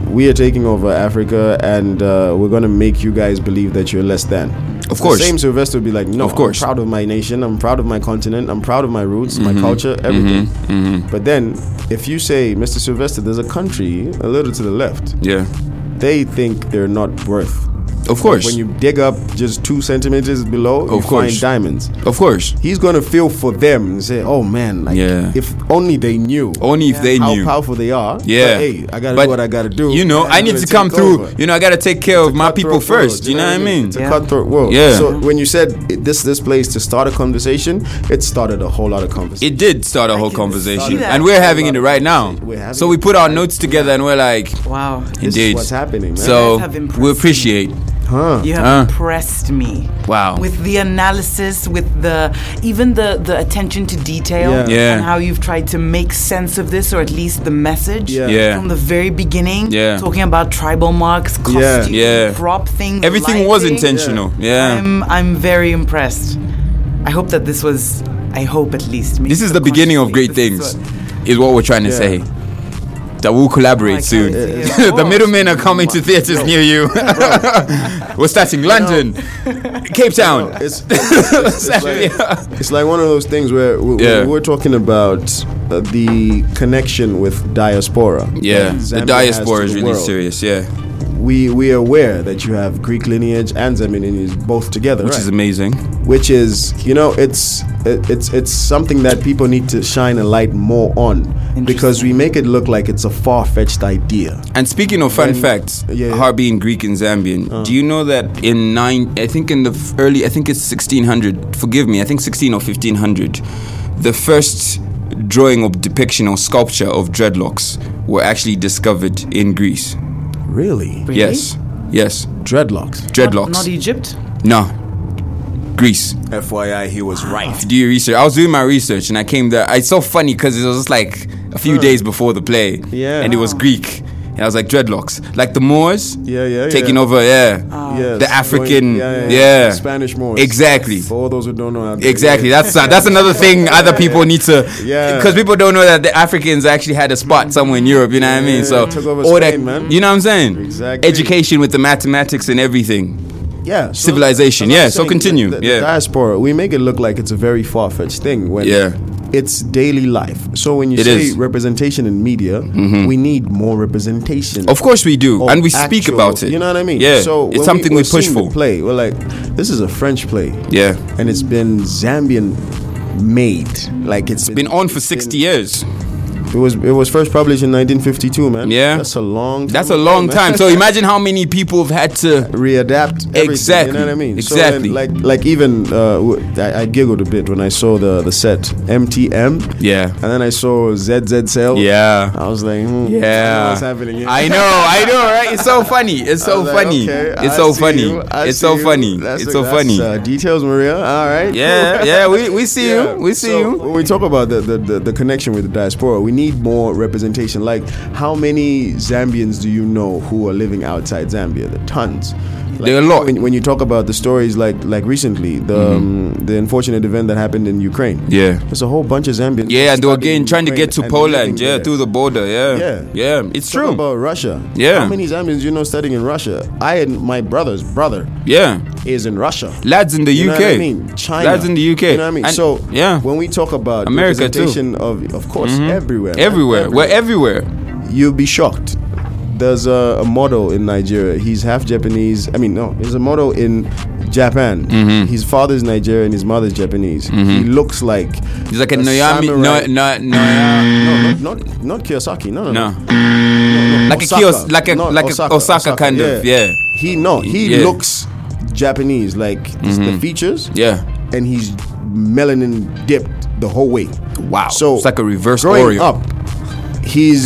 Speaker 4: we are taking over Africa, and uh, we're gonna make you guys believe that you're less than.
Speaker 1: Of course.
Speaker 4: The same Sylvester would be like, no,
Speaker 1: Of course.
Speaker 4: I'm proud of my nation. I'm proud of my continent. I'm proud of my roots,
Speaker 1: Mm-hmm.
Speaker 4: my culture, everything. But then, if you say, Mr. Sylvester, there's a country a little to the left,
Speaker 1: Yeah.
Speaker 4: they think they're not worth.
Speaker 1: Of course.
Speaker 4: When you dig up just two centimeters below, you
Speaker 1: Of course.
Speaker 4: find diamonds.
Speaker 1: of course.
Speaker 4: He's gonna feel for them and say, "Oh man, like
Speaker 1: Yeah.
Speaker 4: if only they knew."
Speaker 1: Only if they
Speaker 4: how
Speaker 1: knew.
Speaker 4: powerful they are.
Speaker 1: Yeah.
Speaker 4: But, hey, I gotta
Speaker 1: But,
Speaker 4: do what I gotta do.
Speaker 1: You know,
Speaker 4: and
Speaker 1: I
Speaker 4: I'm
Speaker 1: need
Speaker 4: gonna
Speaker 1: to
Speaker 4: take
Speaker 1: come through.
Speaker 4: over.
Speaker 1: You know, I gotta take care of my people
Speaker 4: cutthroat world,
Speaker 1: first. You know what I mean?
Speaker 4: It's a cutthroat world.
Speaker 1: Yeah.
Speaker 4: So when you said it- this this place to start a conversation, it started a whole lot of conversation.
Speaker 1: It did start a whole
Speaker 6: can
Speaker 1: conversation,
Speaker 6: see that.
Speaker 1: and we're having it right now.
Speaker 4: We're having
Speaker 1: So we
Speaker 4: it
Speaker 1: put our notes together, and we're like,
Speaker 6: Wow.
Speaker 4: This is
Speaker 1: indeed,
Speaker 4: what's happening, man.
Speaker 1: So
Speaker 6: You guys have impressed
Speaker 1: we
Speaker 6: me.
Speaker 1: appreciate.
Speaker 6: You have
Speaker 1: Huh.
Speaker 6: impressed me.
Speaker 1: Uh. Wow.
Speaker 6: With the analysis, with the even the the attention to detail
Speaker 4: Yeah.
Speaker 1: Yeah.
Speaker 6: and how you've tried to make sense of this or at least the message
Speaker 4: Yeah.
Speaker 1: Yeah.
Speaker 6: from the very beginning.
Speaker 1: Yeah.
Speaker 6: Talking about tribal marks, costumes,
Speaker 1: Yeah.
Speaker 6: prop things.
Speaker 1: Everything was
Speaker 6: lighting.
Speaker 1: intentional. Yeah.
Speaker 6: I'm I'm very impressed. I hope that this was I hope at least maybe
Speaker 1: this is the beginning of great
Speaker 6: subconsciously,
Speaker 1: things,
Speaker 6: this is what-
Speaker 1: is what we're trying to
Speaker 4: Yeah.
Speaker 1: say. That we'll collaborate
Speaker 6: Like,
Speaker 1: soon.
Speaker 6: how is it?
Speaker 1: the
Speaker 6: Of
Speaker 1: middlemen are
Speaker 6: course.
Speaker 1: coming to theaters near you. We're starting London, Cape Town.
Speaker 4: It's, it's, it's, it's like, it's like one of those things where we, we-
Speaker 1: Yeah.
Speaker 4: we're talking about uh, the connection with diaspora.
Speaker 1: yeah,
Speaker 4: that
Speaker 1: the
Speaker 4: Zambia has
Speaker 1: diaspora
Speaker 4: to
Speaker 1: is
Speaker 4: the
Speaker 1: really
Speaker 4: world.
Speaker 1: serious. Yeah,
Speaker 4: We we are aware that you have Greek lineage and Zambian lineage both together,
Speaker 1: which
Speaker 4: right?
Speaker 1: is amazing.
Speaker 4: which is you know it's it, it's it's something that people need to shine a light more on because we make it look like it's a far-fetched idea
Speaker 1: And speaking of fun facts,
Speaker 4: yeah, Oh. yeah.
Speaker 1: Har being Greek and Zambian, do you know that in nine, I think in the f- early, I think it's 1600, forgive me, I think 16 or 1500, the first drawing or depiction or sculpture of dreadlocks were actually discovered in Greece.
Speaker 4: really e-
Speaker 6: Really?
Speaker 1: Yes, yes,
Speaker 4: dreadlocks
Speaker 1: dreadlocks.
Speaker 6: Not Egypt.
Speaker 1: no, Greece.
Speaker 4: fyi he was right
Speaker 1: to do your research. I was doing my research and I came there. It's so funny because it was just like a few days before the play.
Speaker 4: Yeah.
Speaker 1: And it was Greek. And I was like, dreadlocks. Like the Moors.
Speaker 4: Yeah, yeah,
Speaker 1: Taking
Speaker 4: yeah.
Speaker 1: over, yeah.
Speaker 4: Yes,
Speaker 1: The African.
Speaker 4: going-
Speaker 1: yeah,
Speaker 4: Spanish Moors.
Speaker 1: Exactly.
Speaker 4: For all those who don't know, how to-
Speaker 1: Exactly. That's uh, that's another thing other people need to.
Speaker 4: Yeah.
Speaker 1: Because people don't know that the Africans actually had a spot somewhere in Europe. You know what I mean? So
Speaker 4: Yeah, took over
Speaker 1: all that.
Speaker 4: Spain, man.
Speaker 1: You know what I'm saying?
Speaker 4: Exactly.
Speaker 1: Education with the mathematics and everything.
Speaker 4: yeah, so-
Speaker 1: Civilization.
Speaker 4: that's what
Speaker 1: Yeah,
Speaker 4: I'm
Speaker 1: so
Speaker 4: saying.
Speaker 1: continue.
Speaker 4: The, the
Speaker 1: Yeah.
Speaker 4: diaspora. We make it look like it's a very far fetched thing when
Speaker 1: Yeah.
Speaker 4: it's daily life. So when you
Speaker 1: It
Speaker 4: say
Speaker 1: is. Mm-hmm.
Speaker 4: representation in media, we need more representation.
Speaker 1: Of course we do,
Speaker 4: of
Speaker 1: and we speak
Speaker 4: actual-
Speaker 1: about it.
Speaker 4: You know what I mean?
Speaker 1: Yeah.
Speaker 4: So when
Speaker 1: it's something we,
Speaker 4: we're
Speaker 1: push
Speaker 4: seeing the
Speaker 1: for.
Speaker 4: Play. We're like, this is a French play.
Speaker 1: Yeah.
Speaker 4: And it's been Zambian made. Like it's
Speaker 1: Been on for 60 years.
Speaker 4: It was it was first published in 1952, man.
Speaker 1: Yeah.
Speaker 4: That's a long. Time
Speaker 1: That's a
Speaker 4: ago,
Speaker 1: long
Speaker 4: man. Oh.
Speaker 1: time. So imagine how many people have had to.
Speaker 4: readapt everything,
Speaker 1: Exactly,
Speaker 4: you know what I mean So
Speaker 1: exactly.
Speaker 4: then, like like even uh, w- I, I giggled a bit when I saw the the set MTM
Speaker 1: Yeah.
Speaker 4: and then I saw ZZ Cell
Speaker 1: Yeah.
Speaker 4: I was like hmm, I don't know
Speaker 1: Yeah.
Speaker 4: what's happening here.
Speaker 1: I know, I know, right? It's so funny. It's
Speaker 4: I
Speaker 1: so
Speaker 4: was like,
Speaker 1: funny.
Speaker 4: okay,
Speaker 1: It's
Speaker 4: I
Speaker 1: so
Speaker 4: see
Speaker 1: funny.
Speaker 4: you, I
Speaker 1: It's
Speaker 4: see
Speaker 1: so
Speaker 4: you.
Speaker 1: funny.
Speaker 4: That's
Speaker 1: It's
Speaker 4: a-
Speaker 1: so
Speaker 4: that's,
Speaker 1: funny.
Speaker 4: uh, details Maria all right
Speaker 1: Yeah, yeah, we, we see you. We see
Speaker 4: so
Speaker 1: you.
Speaker 4: When we talk about the, the, the, the connection with the diaspora, we need more representation. Like, how many Zambians do you know who are living outside Zambia? There are tons. Like,
Speaker 1: There are a lot.
Speaker 4: When, when you talk about the stories, like like recently, the um, the unfortunate event that happened in Ukraine.
Speaker 1: Mm-hmm. Yeah.
Speaker 4: there's a whole bunch of Zambians.
Speaker 1: Yeah, and they were
Speaker 4: stuck in
Speaker 1: getting trying to
Speaker 4: Ukraine
Speaker 1: get to
Speaker 4: and living
Speaker 1: Poland, yeah,
Speaker 4: there.
Speaker 1: through the border, yeah.
Speaker 4: Yeah.
Speaker 1: Yeah, it's
Speaker 4: Talk
Speaker 1: true.
Speaker 4: about Russia.
Speaker 1: Yeah.
Speaker 4: how many Zambians do you know studying in Russia? I and my brother's brother
Speaker 1: Yeah.
Speaker 4: is in Russia.
Speaker 1: Lads in the
Speaker 4: You
Speaker 1: UK.
Speaker 4: know what I mean? China.
Speaker 1: Lads in the UK.
Speaker 4: You know what I mean?
Speaker 1: And-
Speaker 4: so
Speaker 1: yeah.
Speaker 4: when we talk about
Speaker 1: America, too. Mm-hmm.
Speaker 4: representation of of course everywhere, man,
Speaker 1: Everywhere. e- We're everywhere.
Speaker 4: you'll be shocked. There's a, a model in Nigeria. He's half Japanese. I mean, no, there's a model in Japan.
Speaker 1: Mm-hmm.
Speaker 4: His father's Nigerian, his mother's Japanese. He looks like
Speaker 1: He's like a, Noyami.
Speaker 4: samurai-
Speaker 1: No, no, no.
Speaker 4: no, not, not not Kiyosaki. No, no, no.
Speaker 1: No. Mm. Like a kiosk, like a
Speaker 4: No,
Speaker 1: like a Osaka, kind of, yeah,
Speaker 4: He no, he
Speaker 1: Yeah. Mm-hmm.
Speaker 4: looks Japanese, like it's the features,
Speaker 1: yeah.
Speaker 4: and he's melanin dipped the whole way.
Speaker 1: Wow.
Speaker 4: So
Speaker 1: it's like a reverse
Speaker 4: growing
Speaker 1: Oreo.
Speaker 4: up, he's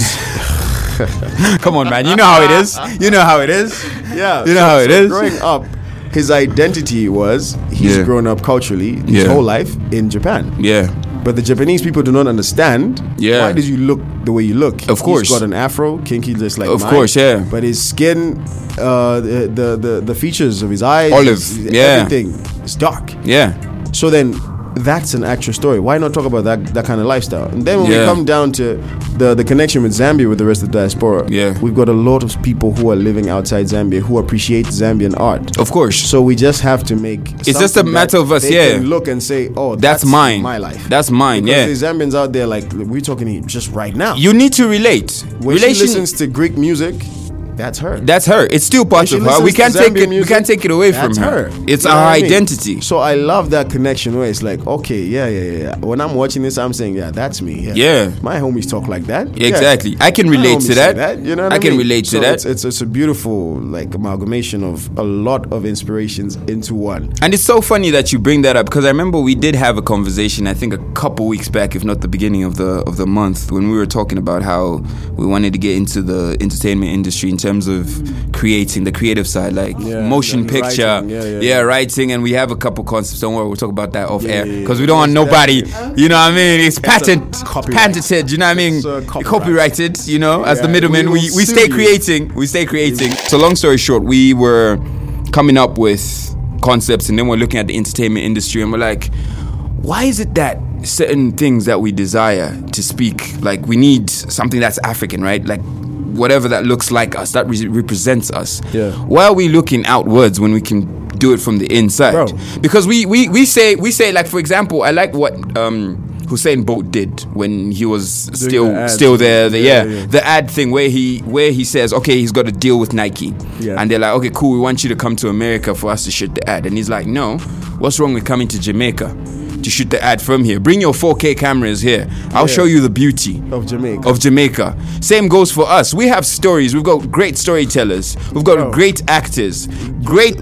Speaker 1: Come on, man. You know how it is. You know how it is.
Speaker 4: yeah.
Speaker 1: You know how it is.
Speaker 4: Growing up, his identity was he's
Speaker 1: Yeah.
Speaker 4: grown up culturally his
Speaker 1: Yeah.
Speaker 4: whole life in Japan.
Speaker 1: Yeah.
Speaker 4: But the Japanese people do not understand.
Speaker 1: Yeah.
Speaker 4: Why did you look the way you look?
Speaker 1: Of course.
Speaker 4: He's got an afro, kinky, just like
Speaker 1: Of
Speaker 4: mine.
Speaker 1: course, yeah.
Speaker 4: But his skin, uh, the, the the the features of his eyes,
Speaker 1: Olive,
Speaker 4: his-
Speaker 1: yeah.
Speaker 4: everything is dark.
Speaker 1: Yeah.
Speaker 4: So then that's an actual story. Why not talk about that that kind of lifestyle? And then when
Speaker 1: Yeah.
Speaker 4: we come down to the, the connection with Zambia with the rest of the diaspora,
Speaker 1: Yeah.
Speaker 4: we've got a lot of people who are living outside Zambia who appreciate Zambian art.
Speaker 1: Of course.
Speaker 4: So we just have to make.
Speaker 1: It's just a
Speaker 4: something
Speaker 1: matter
Speaker 4: that
Speaker 1: of us,
Speaker 4: they
Speaker 1: yeah.
Speaker 4: can look and say, oh,
Speaker 1: That's mine.
Speaker 4: My life.
Speaker 1: That's mine,
Speaker 4: Because
Speaker 1: yeah.
Speaker 4: There's Zambians out there like we're talking here just right now.
Speaker 1: You need to relate.
Speaker 4: when she
Speaker 1: Relation.
Speaker 4: listens to Greek music, that's her.
Speaker 1: That's her. It's still part
Speaker 4: She
Speaker 1: of her. We
Speaker 4: listens
Speaker 1: can't
Speaker 4: to
Speaker 1: take
Speaker 4: Zambian
Speaker 1: it. we can't take it away from
Speaker 4: That's
Speaker 1: her. It's
Speaker 4: You know
Speaker 1: our
Speaker 4: what I mean?
Speaker 1: identity.
Speaker 4: So I love that connection where it's like, okay, yeah, yeah, yeah. When I'm watching this, I'm saying, yeah, that's me. Yeah,
Speaker 1: Yeah.
Speaker 4: my homies talk like that. Yeah.
Speaker 1: Exactly. I can
Speaker 4: My
Speaker 1: relate to
Speaker 4: homies say
Speaker 1: that.
Speaker 4: You know, what
Speaker 1: I
Speaker 4: I,
Speaker 1: can
Speaker 4: mean?
Speaker 1: relate to
Speaker 4: So
Speaker 1: that.
Speaker 4: It's, it's it's a beautiful like amalgamation of a lot of inspirations into one.
Speaker 1: And it's so funny that you bring that up because I remember we did have a conversation. I think a couple weeks back, if not the beginning of the of the month, when we were talking about how we wanted to get into the entertainment industry in terms of creating the creative side, like
Speaker 4: Yeah,
Speaker 1: motion
Speaker 4: yeah,
Speaker 1: picture,
Speaker 4: writing, yeah, yeah, yeah.
Speaker 1: writing. And we have a couple concepts. Don't worry, we'll talk about that off air
Speaker 4: yeah, yeah.
Speaker 1: because we don't want nobody. You know what I mean? It's patent,
Speaker 4: copyright.
Speaker 1: patented. You know what I mean?
Speaker 4: It's, uh, copyright.
Speaker 1: Copyrighted. You know, as the
Speaker 4: Yeah,
Speaker 1: middleman,
Speaker 4: we
Speaker 1: we
Speaker 4: will
Speaker 1: we
Speaker 4: sue
Speaker 1: stay
Speaker 4: you.
Speaker 1: creative creating- We stay creating. So long story short, we were coming up with concepts, and then we're looking at the entertainment industry, and we're like, why is it that certain things that we desire to speak, like we need something that's African, right? Like whatever that looks like us, that re- represents us.
Speaker 4: Yeah.
Speaker 1: Why are we looking outwards when we can do it from the inside?
Speaker 4: Bro.
Speaker 1: Because we, we, we say we say like for example, I like what um, Hussein Bolt did when he was still
Speaker 4: the ads.
Speaker 1: still there. The, yeah,
Speaker 4: Yeah, yeah.
Speaker 1: the ad thing where he where he says, okay, he's got a deal with Nike,
Speaker 4: Yeah.
Speaker 1: and they're like, okay, cool, we want you to come to America for us to shoot the ad, and he's like, no, what's wrong with coming to Jamaica to shoot the ad from here? Bring your 4K cameras here. I'll show you the beauty
Speaker 4: Of Jamaica.
Speaker 1: Of Jamaica. Same goes for us. We have stories. We've got great storytellers. We've got great actors. Great.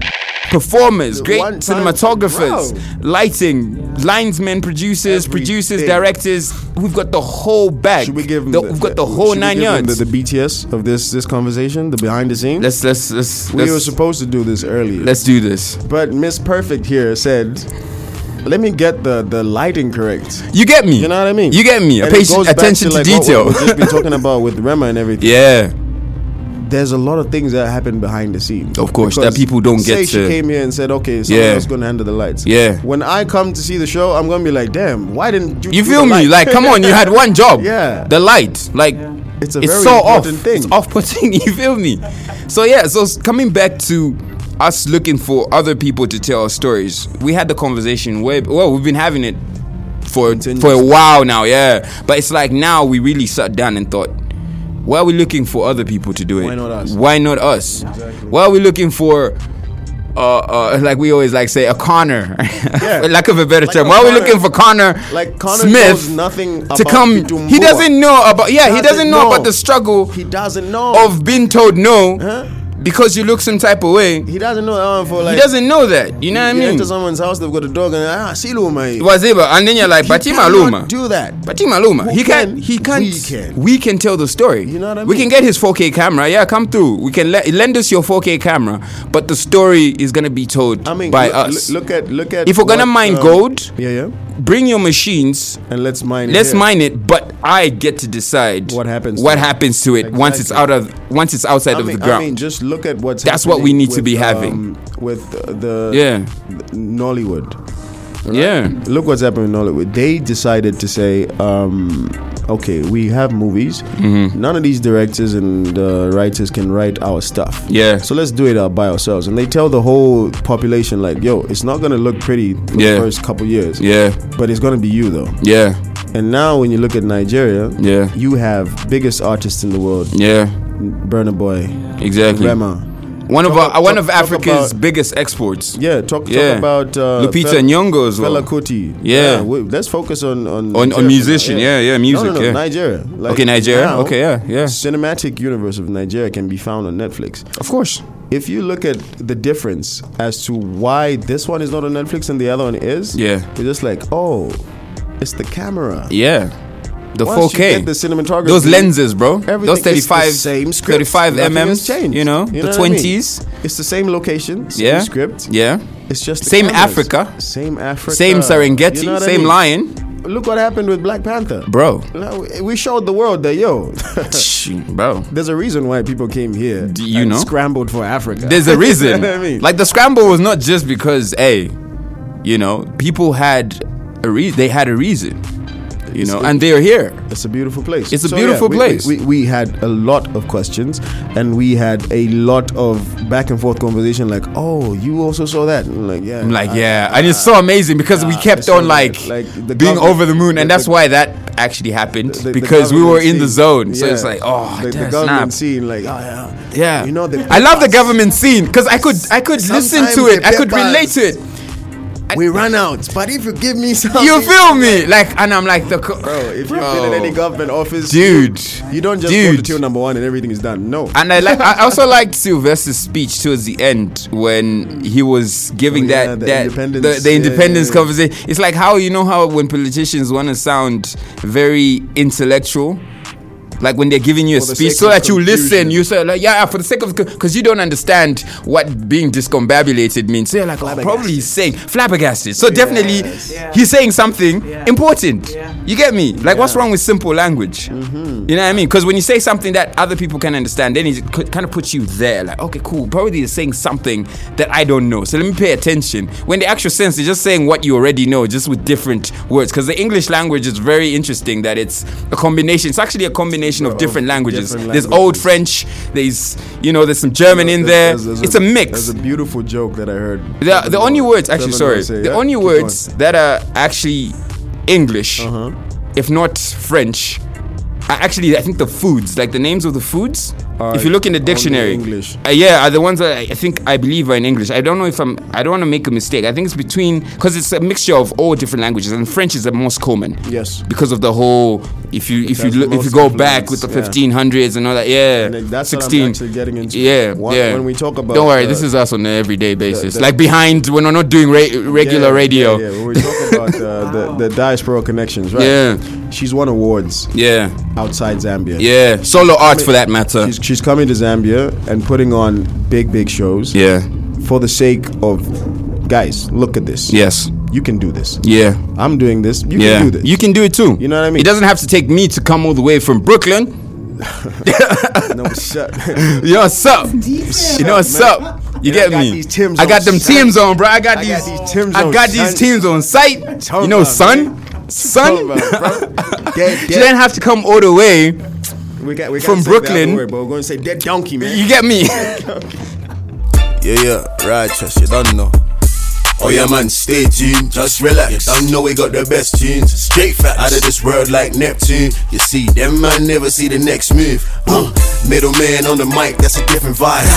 Speaker 1: Performers, great
Speaker 4: One time-
Speaker 1: cinematographers,
Speaker 4: Bro.
Speaker 1: lighting, linesmen, producers, producers,
Speaker 4: Everything.
Speaker 1: directors. We've got the whole bag.
Speaker 4: Should we give him
Speaker 1: The- we've got the whole
Speaker 4: should we
Speaker 1: nine
Speaker 4: give him
Speaker 1: yards.
Speaker 4: The, the BTS of this this conversation, the behind the scenes.
Speaker 1: let's let's let's
Speaker 4: we
Speaker 1: let's,
Speaker 4: were supposed to do this earlier,
Speaker 1: let's do this.
Speaker 4: but Miss Perfect here said, "Let me get the the lighting correct."
Speaker 1: You get me.
Speaker 4: You know what I mean?
Speaker 1: You get me. A
Speaker 4: And it
Speaker 1: patient
Speaker 4: goes back
Speaker 1: attention to,
Speaker 4: like what
Speaker 1: detail.
Speaker 4: We've just been talking about with Rema and everything.
Speaker 1: yeah.
Speaker 4: There's a lot of things that happen behind the scenes.
Speaker 1: Of course, that
Speaker 4: Because
Speaker 1: people don't
Speaker 4: say
Speaker 1: get
Speaker 4: She
Speaker 1: to-
Speaker 4: came here and said, "Okay, someone
Speaker 1: Yeah.
Speaker 4: else gonna handle the lights."
Speaker 1: Yeah.
Speaker 4: When I come to see the show, I'm gonna be like, "Damn, why didn't you?"
Speaker 1: You
Speaker 4: do
Speaker 1: feel
Speaker 4: the
Speaker 1: me?
Speaker 4: light?"
Speaker 1: Like, come on, you had one job.
Speaker 4: Yeah.
Speaker 1: The light. Like,
Speaker 4: It's a
Speaker 1: it's
Speaker 4: very
Speaker 1: so off.
Speaker 4: important thing.
Speaker 1: It's off putting. You feel me? So, yeah, so s- coming back to us looking for other people to tell our stories, we had the conversation where, well, we've been having it for, for a while now, yeah. But it's like now we really sat down and thought, why are we looking for other people to do it?
Speaker 4: Why not us?
Speaker 1: Why not us? Why are we looking for uh, uh, like we always like say a Connor,
Speaker 4: Yeah.
Speaker 1: for lack of a better
Speaker 4: Like
Speaker 1: term.
Speaker 4: a
Speaker 1: Why are we
Speaker 4: Connor.
Speaker 1: looking for Connor?
Speaker 4: Like, Connor knows nothing
Speaker 1: to
Speaker 4: about
Speaker 1: come.
Speaker 4: Kitumbua.
Speaker 1: He doesn't know about yeah. He doesn't
Speaker 4: Doesn't
Speaker 1: know about
Speaker 4: know.
Speaker 1: the struggle
Speaker 4: He doesn't know.
Speaker 1: of being told no
Speaker 4: Huh?
Speaker 1: because you look some type of way. He
Speaker 4: he doesn't know that one for like.
Speaker 1: doesn't know that. You know what I
Speaker 4: You
Speaker 1: mean?
Speaker 4: enter someone's house, they've got a dog, and ah, Silu, mate.
Speaker 1: Whatever. And then you're like, but
Speaker 4: He
Speaker 1: he
Speaker 4: cannot
Speaker 1: maluma.
Speaker 4: Do that.
Speaker 1: But Team Aluma,
Speaker 4: Who
Speaker 1: he can,
Speaker 4: can?
Speaker 1: he can't.
Speaker 4: We can.
Speaker 1: we can tell the story. You
Speaker 4: know what I
Speaker 1: We
Speaker 4: mean?
Speaker 1: can get his 4K camera. Yeah, come through. We can le- lend us your 4K camera, but the story is gonna be told
Speaker 4: I mean,
Speaker 1: by
Speaker 4: loo-
Speaker 1: us.
Speaker 4: loo- Look at look um, at.
Speaker 1: If we're gonna mine gold-
Speaker 4: yeah, yeah,
Speaker 1: Bring your machines.
Speaker 4: and let's mine. it
Speaker 1: Let's
Speaker 4: here.
Speaker 1: mine it, but I get to decide
Speaker 4: What happens to
Speaker 1: What
Speaker 4: it.
Speaker 1: happens to it once it's out
Speaker 4: Exactly.
Speaker 1: of once it's outside
Speaker 4: I
Speaker 1: of
Speaker 4: mean,
Speaker 1: the ground?
Speaker 4: I mean, just look at what's.
Speaker 1: That's what we
Speaker 4: happening um,
Speaker 1: need to be having.
Speaker 4: with uh, the
Speaker 1: Yeah.
Speaker 4: th- Nollywood.
Speaker 1: yeah,
Speaker 4: Look what's happening in Nollywood. They decided to say, um, okay, we have movies.
Speaker 1: Mm-hmm.
Speaker 4: None of these directors and uh, writers can write our stuff.
Speaker 1: Yeah.
Speaker 4: So let's do it out by ourselves. And they tell the whole population, like, yo, it's not gonna look pretty for
Speaker 1: Yeah.
Speaker 4: the first couple years.
Speaker 1: yeah,
Speaker 4: But it's gonna be you though.
Speaker 1: yeah,
Speaker 4: And now when you look at Nigeria,
Speaker 1: Yeah.
Speaker 4: you have biggest artists in the world,
Speaker 1: yeah.
Speaker 4: Burner Boy,
Speaker 1: Exactly.
Speaker 4: Rema.
Speaker 1: One of our,
Speaker 4: about-
Speaker 1: one
Speaker 4: talk-
Speaker 1: of
Speaker 4: talk
Speaker 1: Africa's
Speaker 4: about-
Speaker 1: biggest exports.
Speaker 4: Yeah, talk,
Speaker 1: Yeah.
Speaker 4: talk about uh,
Speaker 1: Lupita
Speaker 4: Fel-
Speaker 1: Nyong'o as well.
Speaker 4: Fela Kuti.
Speaker 1: Yeah.
Speaker 4: we- let's focus on on
Speaker 1: on
Speaker 4: Nigeria for now.
Speaker 1: musician, yeah, yeah, music,
Speaker 4: No, no, no,
Speaker 1: yeah.
Speaker 4: Nigeria. Like,
Speaker 1: Okay, Nigeria,
Speaker 4: now,
Speaker 1: okay, yeah, yeah.
Speaker 4: Cinematic universe of Nigeria can be found on Netflix.
Speaker 1: Of course.
Speaker 4: If you look at the difference as to why this one is not on Netflix and the other one is,
Speaker 1: Yeah.
Speaker 4: you're just like, oh, it's the camera.
Speaker 1: Yeah. The
Speaker 4: Once
Speaker 1: 4K.
Speaker 4: you get the cinematography,
Speaker 1: Those lenses, bro.
Speaker 4: Everything
Speaker 1: Those
Speaker 4: is the
Speaker 1: 35,
Speaker 4: same script.
Speaker 1: 35
Speaker 4: Nothing has
Speaker 1: mm.
Speaker 4: changed.
Speaker 1: You know, the
Speaker 4: what I mean?
Speaker 1: 20s.
Speaker 4: It's the same location, same
Speaker 1: Yeah.
Speaker 4: script.
Speaker 1: Yeah.
Speaker 4: It's just the
Speaker 1: Same
Speaker 4: cameras.
Speaker 1: Africa.
Speaker 4: same Africa,
Speaker 1: Same Serengeti,
Speaker 4: You know what I
Speaker 1: same
Speaker 4: mean?
Speaker 1: lion.
Speaker 4: Look what happened with Black Panther,
Speaker 1: Bro.
Speaker 4: Like, We showed the world that yo,
Speaker 1: Shh, bro.
Speaker 4: there's a reason why people came here. Do
Speaker 1: you know?
Speaker 4: Scrambled for Africa.
Speaker 1: There's a reason.
Speaker 4: I mean?
Speaker 1: Like the scramble was not just because, hey, you know, people had a reason. They had a reason, you know, and they're here.
Speaker 4: it's a beautiful place.
Speaker 1: It's a beautiful
Speaker 4: we-
Speaker 1: place.
Speaker 4: We, we, we had a lot of questions, and we had a lot of back and forth conversation. Like, oh, you also saw that? And like, yeah.
Speaker 1: I'm like,
Speaker 4: I-
Speaker 1: yeah, and it's so amazing because we
Speaker 4: nah,
Speaker 1: kept
Speaker 4: it's Ah, so
Speaker 1: on like,
Speaker 4: good. Like, the
Speaker 1: being
Speaker 4: government-
Speaker 1: over the moon, and
Speaker 4: the-
Speaker 1: that's
Speaker 4: the-
Speaker 1: why that actually happened
Speaker 4: the- the
Speaker 1: because we were
Speaker 4: government
Speaker 1: in the
Speaker 4: scene.
Speaker 1: zone. So
Speaker 4: Yeah.
Speaker 1: it's like, oh,
Speaker 4: the, the
Speaker 1: damn,
Speaker 4: government
Speaker 1: snap.
Speaker 4: scene, like, oh yeah,
Speaker 1: Yeah,
Speaker 4: You know, they
Speaker 1: I love the
Speaker 4: papers.
Speaker 1: government scene because I could, I could listen
Speaker 4: Sometimes
Speaker 1: to it,
Speaker 4: they
Speaker 1: I could
Speaker 4: pepper
Speaker 1: relate to
Speaker 4: us.
Speaker 1: it.
Speaker 4: We run out, but if you give me something,
Speaker 1: You feel me? Like, and I'm like, the co-
Speaker 4: Bro, if you've
Speaker 1: Bro.
Speaker 4: been in any government office,
Speaker 1: dude,
Speaker 4: you don't just go to
Speaker 1: dude.
Speaker 4: till number one and everything is done. No.
Speaker 1: And I like. I also liked Sylvester's speech towards the end when he was giving
Speaker 4: Oh, yeah,
Speaker 1: that
Speaker 4: the
Speaker 1: that
Speaker 4: independence.
Speaker 1: the, the
Speaker 4: Yeah,
Speaker 1: independence
Speaker 4: yeah, yeah.
Speaker 1: conversation. It's like how you know how when politicians want to sound very intellectual. Like when they're giving you a
Speaker 4: For the
Speaker 1: speech,
Speaker 4: sake
Speaker 1: so
Speaker 4: of
Speaker 1: that you
Speaker 4: confusion.
Speaker 1: listen, you say like, yeah, for the sake of, because you don't understand what being discombobulated means. So you're like, oh, probably he's saying flabbergasted. So definitely,
Speaker 6: Yeah.
Speaker 1: he's saying something
Speaker 6: Yeah.
Speaker 1: important.
Speaker 6: Yeah.
Speaker 1: You get me? Like, what's wrong with simple language?
Speaker 4: Mm-hmm.
Speaker 1: You know what I mean? Because when you say something that other people can understand, then it kind of puts you there. Like, okay, cool. Probably they're saying something that I don't know. So let me pay attention. When the actual sense, they're just saying what you already know, just with different words. Because the English language is very interesting that it's a combination. It's actually a combination of different languages.
Speaker 4: different
Speaker 1: There's old
Speaker 4: languages.
Speaker 1: French. There's, you know, there's some German in there.
Speaker 4: There's- there's
Speaker 1: it's a, mix.
Speaker 4: There's a beautiful joke that I heard.
Speaker 1: The, the only words, actually,
Speaker 4: Seven
Speaker 1: sorry,
Speaker 4: words, yeah,
Speaker 1: the
Speaker 4: yeah,
Speaker 1: only
Speaker 4: keep
Speaker 1: words that are actually English,
Speaker 4: Uh-huh.
Speaker 1: if not French, are actually, I think the foods, like the names of the foods, if you look in the
Speaker 4: Uh, only
Speaker 1: dictionary,
Speaker 4: English.
Speaker 1: uh, yeah, are the ones that I I think I believe are in English. I don't know if I'm, I don't want to make a mistake. I think it's between, because it's a mixture of all different languages, and French is the most common.
Speaker 4: Yes.
Speaker 1: Because of the whole, if you if you
Speaker 4: has the
Speaker 1: look, if you
Speaker 4: most
Speaker 1: go back with
Speaker 4: influence,
Speaker 1: the
Speaker 4: yeah.
Speaker 1: 1500s and all that, yeah,
Speaker 4: And then that's what I'm
Speaker 1: 16.
Speaker 4: actually getting into.
Speaker 1: Yeah,
Speaker 4: Wha-
Speaker 1: yeah.
Speaker 4: when we talk about,
Speaker 1: don't worry,
Speaker 4: uh,
Speaker 1: this is us on an everyday basis.
Speaker 4: the-
Speaker 1: like behind when we're not doing ra- regular
Speaker 4: Yeah,
Speaker 1: radio.
Speaker 4: Yeah, yeah. When we talk about uh, the, the diaspora connections, right?
Speaker 1: Yeah.
Speaker 4: She's won awards
Speaker 1: Yeah,
Speaker 4: outside Zambia.
Speaker 1: yeah. Solo art for that matter.
Speaker 4: She's, she's coming to Zambia and putting on big, big shows.
Speaker 1: Yeah.
Speaker 4: For the sake of, guys, look at this.
Speaker 1: Yes.
Speaker 4: You can do this.
Speaker 1: Yeah.
Speaker 4: I'm doing this. You
Speaker 1: yeah.
Speaker 4: can do this.
Speaker 1: You can do it too.
Speaker 4: You know what I mean?
Speaker 1: It doesn't have to take me to come all the way from Brooklyn.
Speaker 4: no shut.
Speaker 1: You know what's up? You know what's up? You
Speaker 4: know, I
Speaker 1: get
Speaker 4: got
Speaker 1: me?
Speaker 4: these Timbs
Speaker 1: I got
Speaker 4: on
Speaker 1: them
Speaker 4: site.
Speaker 1: teams on, bro. I got
Speaker 4: I
Speaker 1: these.
Speaker 4: got these Timbs
Speaker 1: I
Speaker 4: on
Speaker 1: got these
Speaker 4: site.
Speaker 1: teams on site.
Speaker 4: Talking
Speaker 1: You know,
Speaker 4: about,
Speaker 1: son. Son,
Speaker 4: dead,
Speaker 1: you didn't have to come all the way.
Speaker 4: we got, we
Speaker 1: from
Speaker 4: gotta say that,
Speaker 1: Brooklyn.
Speaker 4: don't worry, but we're going to say dead donkey, man.
Speaker 1: You get me?
Speaker 8: Yeah, yeah, righteous, you don't know. Oh yeah man, stay tuned, just relax. You don't know we got the best tunes, straight facts out of this world like Neptune. You see, them man never see the next move. Uh, middleman on the mic, that's a different vibe.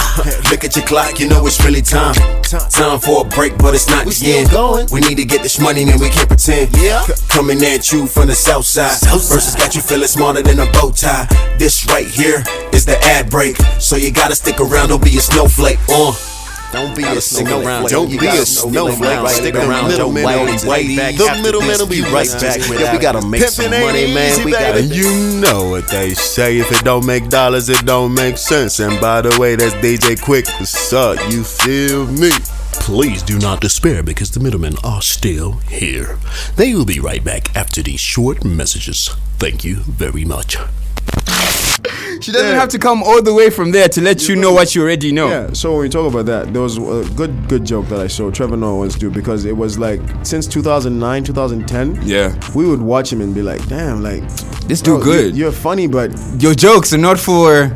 Speaker 8: Look at your clock, you know it's really time. Time for a break, but it's not the end. We need to get this money, man, we can't pretend. Yeah, coming at you from the south side. Versus got you feeling smarter than a bow tie. This right here is the ad break, so you gotta stick around, don't be a snowflake. Uh. Don't be a stick around. Don't be a snowflake. Stick around. Don't wait. Way back. The middleman will be right back. Yeah, we gotta make some money, man. We gotta. You know what they say. If it don't make dollars, it don't make sense. And by the way, that's DJ Quick. What's up? You feel me?
Speaker 2: Please do not despair because the middlemen are still here. They will be right back after these short messages. Thank you very much.
Speaker 1: She doesn't have to come all the way from there to let you know what you already know.
Speaker 4: Yeah, so when we talk about that, there was a good good joke that I saw Trevor Noah once do because it was like since 2009, 2010.
Speaker 1: Yeah.
Speaker 4: we would watch him and be like, damn, like
Speaker 1: This dude
Speaker 4: bro,
Speaker 1: good.
Speaker 4: You, are funny, but
Speaker 1: Your jokes are not for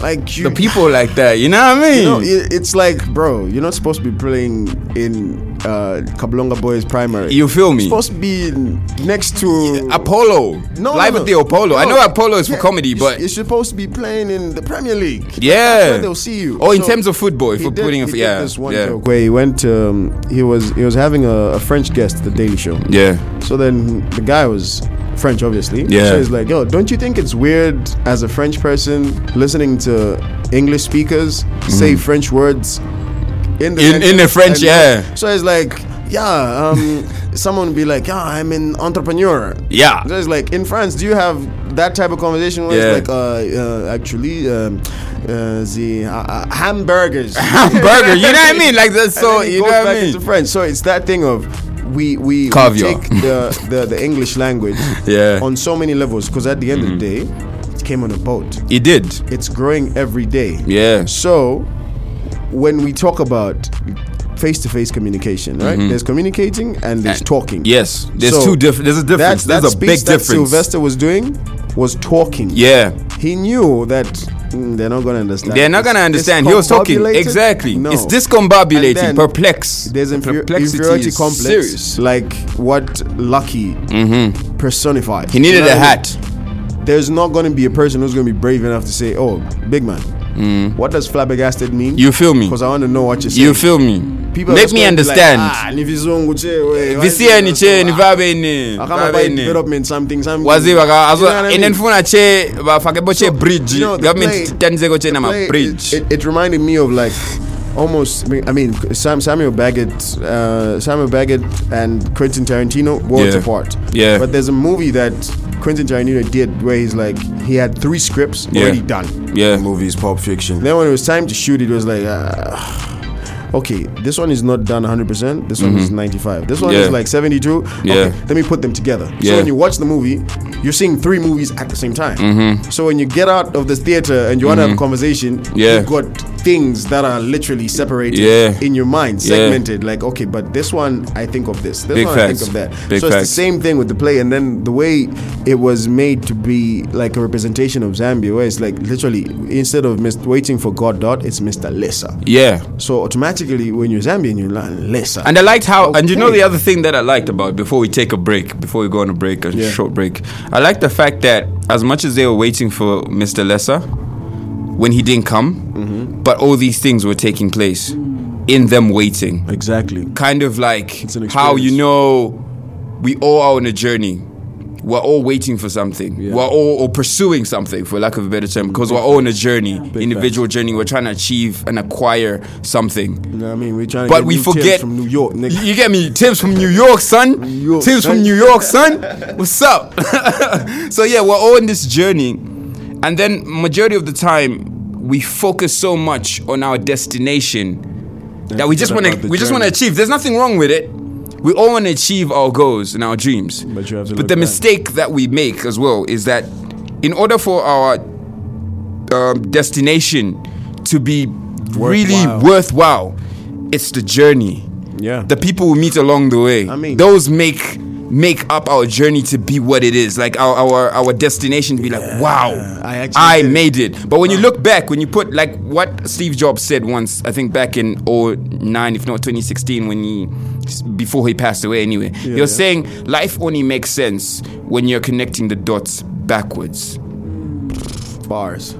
Speaker 4: like you,
Speaker 1: the people like that. You know what I mean?
Speaker 4: You know, it, it's like, bro, you're not supposed to be playing in uh Kablonga Boys Primary.
Speaker 1: You feel me?
Speaker 4: You're supposed to be in- next to
Speaker 1: Apollo.
Speaker 4: No,
Speaker 1: Live
Speaker 4: no,
Speaker 1: at
Speaker 4: no.
Speaker 1: the Apollo. I
Speaker 4: No.
Speaker 1: know Apollo is
Speaker 4: Yeah,
Speaker 1: for comedy,
Speaker 4: you s-
Speaker 1: but
Speaker 4: you're supposed to be playing in the Premier League.
Speaker 1: yeah,
Speaker 4: where they'll see you.
Speaker 1: Or in
Speaker 4: So,
Speaker 1: terms of football, if
Speaker 4: He
Speaker 1: we're
Speaker 4: did-
Speaker 1: putting, a,
Speaker 4: he did
Speaker 1: yeah,
Speaker 4: this one
Speaker 1: yeah,
Speaker 4: joke where he went. Um, he was he was having a, a French guest at the Daily Show.
Speaker 1: yeah,
Speaker 4: So then the guy was French, obviously.
Speaker 1: Yeah.
Speaker 4: So he's like, yo, don't you think it's weird as a French person listening to English speakers say French words in the
Speaker 1: Mm. In- in the French,
Speaker 4: And-
Speaker 1: yeah.
Speaker 4: So he's like, yeah, um, someone would be like, yeah, I'm an entrepreneur.
Speaker 1: Yeah.
Speaker 4: So it's like, in France, do you have that type of conversation where
Speaker 1: Yeah.
Speaker 4: it's like, uh, uh, actually, um, uh, the uh, uh, hamburgers.
Speaker 1: burger. You know what I mean? Like that's
Speaker 4: And
Speaker 1: so.
Speaker 4: then it
Speaker 1: You know
Speaker 4: goes
Speaker 1: what
Speaker 4: back
Speaker 1: I
Speaker 4: into
Speaker 1: mean?
Speaker 4: French. So it's that thing of we we, we
Speaker 1: Caviar.
Speaker 4: take the, the the English language
Speaker 1: Yeah. Mm-hmm.
Speaker 4: on so many levels because at the end of the day, it came on a boat.
Speaker 1: He did.
Speaker 4: It's growing every day.
Speaker 1: Yeah.
Speaker 4: So when we talk about face-to-face communication, right? There's communicating and there's
Speaker 1: Mm-hmm. And-
Speaker 4: talking.
Speaker 1: Yes. There's
Speaker 4: So
Speaker 1: two different. There's a difference.
Speaker 4: That, that
Speaker 1: there's a
Speaker 4: speech
Speaker 1: big
Speaker 4: that
Speaker 1: difference.
Speaker 4: Sylvester was doing was talking.
Speaker 1: Yeah.
Speaker 4: He knew that mm, they're not gonna understand.
Speaker 1: They're not
Speaker 4: It's-
Speaker 1: gonna
Speaker 4: it's
Speaker 1: understand. He was talking
Speaker 4: combobulated?
Speaker 1: exactly.
Speaker 4: No.
Speaker 1: It's discombobulating,
Speaker 4: And then
Speaker 1: perplexed.
Speaker 4: There's
Speaker 1: The
Speaker 4: inferi-
Speaker 1: perplexity
Speaker 4: inferiority
Speaker 1: is
Speaker 4: complex,
Speaker 1: serious. Mm-hmm.
Speaker 4: like what Lucky personified.
Speaker 1: He needed
Speaker 4: You know
Speaker 1: a
Speaker 4: what I
Speaker 1: hat.
Speaker 4: mean? There's not going to be a person who's going to be brave enough to say, "Oh, big man, what does flabbergasted mean?"
Speaker 1: Mm. You feel me?
Speaker 4: Because I want to know what you're saying.
Speaker 1: You feel me?
Speaker 4: are
Speaker 1: Make
Speaker 4: just
Speaker 1: me
Speaker 4: gonna be like,
Speaker 1: understand.
Speaker 4: "Ah, ni vizungu che, we, why is
Speaker 1: Visiye
Speaker 4: it
Speaker 1: ni
Speaker 4: not
Speaker 1: che
Speaker 4: so-
Speaker 1: ni
Speaker 4: ah,
Speaker 1: vabe ni.
Speaker 4: I can't
Speaker 1: vabe
Speaker 4: buy
Speaker 1: ni.
Speaker 4: development something something.
Speaker 1: wazi
Speaker 4: You know what I
Speaker 1: vakaazwa
Speaker 4: mean?
Speaker 1: ende ndifuna che vafakebo che bridge
Speaker 4: you know, the play-
Speaker 1: government titanizeiko che
Speaker 4: the play,
Speaker 1: namabridge
Speaker 4: It, it, it reminded me of like almost. I mean- I mean, Sam, Samuel Baggett, uh, Samuel Baggett, and Quentin Tarantino worlds
Speaker 1: Yeah.
Speaker 4: apart.
Speaker 1: Yeah.
Speaker 4: But there's a movie that Quentin Tarantino did, where he's like he had three scripts
Speaker 1: Yeah.
Speaker 4: already done.
Speaker 1: Yeah.
Speaker 8: Movies, Pulp Fiction.
Speaker 4: Then when it was time to shoot, it was like, ah, okay, this one is not done 100. percent This one is
Speaker 1: Mhm.
Speaker 4: 95. This one
Speaker 1: Yeah.
Speaker 4: is like 72.
Speaker 1: Yeah.
Speaker 4: Okay, let me put them together.
Speaker 1: Yeah.
Speaker 4: So when you watch the movie, you're seeing three movies at the same time.
Speaker 1: Mhm.
Speaker 4: So when you get out of the theater and you want to have
Speaker 1: Mhm.
Speaker 4: a conversation,
Speaker 1: Yeah.
Speaker 4: you've got things that are literally separated
Speaker 1: Yeah.
Speaker 4: in your mind,
Speaker 1: Yeah.
Speaker 4: segmented. Like, okay, but this one I think of this. This
Speaker 1: Big
Speaker 4: one
Speaker 1: facts.
Speaker 4: I think of that.
Speaker 1: Big
Speaker 4: so it's
Speaker 1: facts.
Speaker 4: the same thing with the play, and then the way it was made to be like a representation of Zambia, where it's like literally instead of mis- waiting for God Dot, it's Mr. Lessa.
Speaker 1: Yeah.
Speaker 4: So automatically, when you're Zambian, you're like Lessa.
Speaker 1: And I liked how, and you know the other thing that I liked about before we take a break, before we go on a break, a
Speaker 4: Yeah.
Speaker 1: short break, I like the fact that as much as they were waiting for Mr. Lesser, when he didn't come, but all these things were taking place in them waiting.
Speaker 4: Exactly.
Speaker 1: Kind of like how you know we all are on a journey. We're all waiting for something. We're all or pursuing something, for lack of a better term, because we're all on a journey, individual journey. We're trying to achieve and acquire something.
Speaker 4: You know what I mean? We're trying to
Speaker 1: But
Speaker 4: get
Speaker 1: we
Speaker 4: new tips
Speaker 1: forget-
Speaker 4: from New York, nigga.
Speaker 1: You get me? Tips from New York, son.
Speaker 4: York,
Speaker 1: Tips from
Speaker 4: son.
Speaker 1: New York, son. What's up? so yeah, we're all in this journey, and then majority of the time we focus so much on our destination that we just want
Speaker 4: forget
Speaker 1: to
Speaker 4: about the
Speaker 1: we just want to
Speaker 4: journey.
Speaker 1: achieve. There's nothing wrong with it. We all want to achieve our goals and our dreams.
Speaker 4: But you have to
Speaker 1: But
Speaker 4: look
Speaker 1: the
Speaker 4: back.
Speaker 1: mistake that we make as well is that in order for our um, destination to be really worthwhile, it's the journey.
Speaker 4: Yeah.
Speaker 1: The people we meet along the way.
Speaker 4: I mean-
Speaker 1: those make make up our journey to be what it is. Like our our, our destination to be like, wow,
Speaker 4: I actually
Speaker 1: I
Speaker 4: did it."
Speaker 1: made it. But when you look back, when you put like what Steve Jobs said once, I think back in 09, if not 2016, when he before he passed away anyway. he was
Speaker 4: yeah.
Speaker 1: saying life only makes sense when you're connecting the dots backwards.
Speaker 4: bars.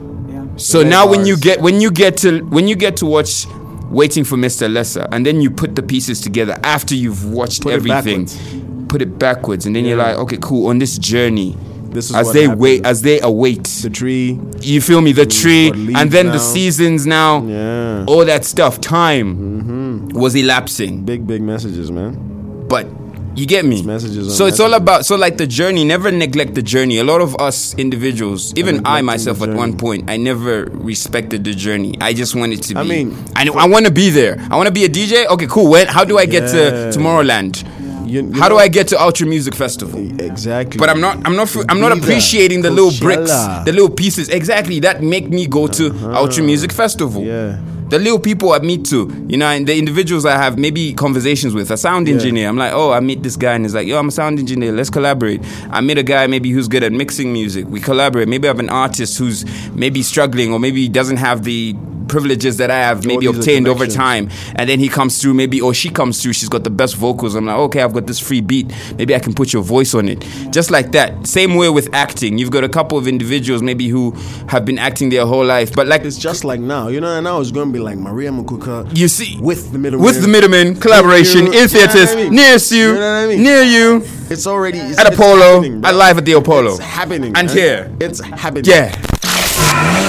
Speaker 1: So now when you get when you get to when you get to watch Waiting for Mr. Lesser and then you put the pieces together after you've watched
Speaker 4: Put it
Speaker 1: everything. put it backwards and then you're like, okay, cool, on this journey.
Speaker 4: This is
Speaker 1: as
Speaker 4: what
Speaker 1: they
Speaker 4: happened.
Speaker 1: wait as they await.
Speaker 4: The tree.
Speaker 1: You feel me? The tree
Speaker 4: got leaves
Speaker 1: and then the
Speaker 4: now.
Speaker 1: seasons now.
Speaker 4: Yeah. Mm-hmm.
Speaker 1: All that stuff. Time was elapsing.
Speaker 4: Big, big messages, man.
Speaker 1: But you get me.
Speaker 4: messages on
Speaker 1: so it's all
Speaker 4: messages.
Speaker 1: about so like the journey. Never neglect the journey. A lot of us individuals, even I
Speaker 4: neglecting
Speaker 1: myself
Speaker 4: the
Speaker 1: at one
Speaker 4: journey.
Speaker 1: point, I never respected the journey. I just wanted to. Be,
Speaker 4: I mean,
Speaker 1: I, know- I want to be there. I want to be a DJ. Okay, cool. When? How do I get
Speaker 4: Yeah.
Speaker 1: to Tomorrowland?
Speaker 4: You, you
Speaker 1: How do
Speaker 4: know-
Speaker 1: I get to Ultra Music Festival?
Speaker 4: Exactly.
Speaker 1: But I'm not. I'm not. fe- I'm not
Speaker 4: Be there.
Speaker 1: appreciating the little bricks,
Speaker 4: Coachella. Uh-huh.
Speaker 1: the little pieces. Exactly that make me go to Ultra Music Festival.
Speaker 4: Yeah.
Speaker 1: The little people I meet to, you know, and the individuals I have maybe conversations with. A sound engineer. I'm like, oh, I meet this guy, and he's like, yo, I'm a sound engineer. Let's collaborate. I meet a guy maybe who's good at mixing music. We collaborate. Maybe I have an artist who's maybe struggling or maybe doesn't have the privileges that I have maybe
Speaker 4: these are
Speaker 1: obtained over
Speaker 4: connections.
Speaker 1: time time. And then he comes through, maybe, or she comes through, she's got the best vocals. I'm like, okay, I've got this free beat. Maybe I can put your voice on it. Just like that. Same way with acting. You've got a couple of individuals, maybe, who have been acting their whole life. But like,
Speaker 4: It's just like now, you know. And now it's gonna be like Maria Mukuka.
Speaker 1: you see,
Speaker 4: with the middleman.
Speaker 1: with the middleman, collaboration,
Speaker 4: You know
Speaker 1: in theaters,
Speaker 4: what I mean?
Speaker 1: nearest you,
Speaker 4: You know what I mean?
Speaker 1: near you,
Speaker 4: It's already it's,
Speaker 1: at
Speaker 4: it's
Speaker 1: Apollo,
Speaker 4: happening, bro.
Speaker 1: at live at the Apollo.
Speaker 4: It's happening.
Speaker 1: And
Speaker 4: man.
Speaker 1: here.
Speaker 4: It's happening.
Speaker 1: Yeah.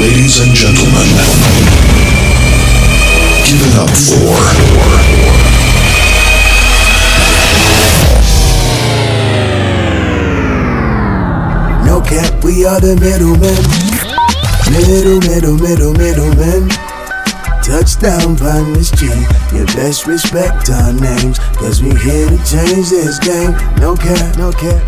Speaker 9: Ladies and gentlemen, give it up for
Speaker 2: No cap, we are the middlemen. Middle, middle, middle, middlemen. Touchdown, Finest G. You best respect our names. Cause we here to change this game. No cap, no cap.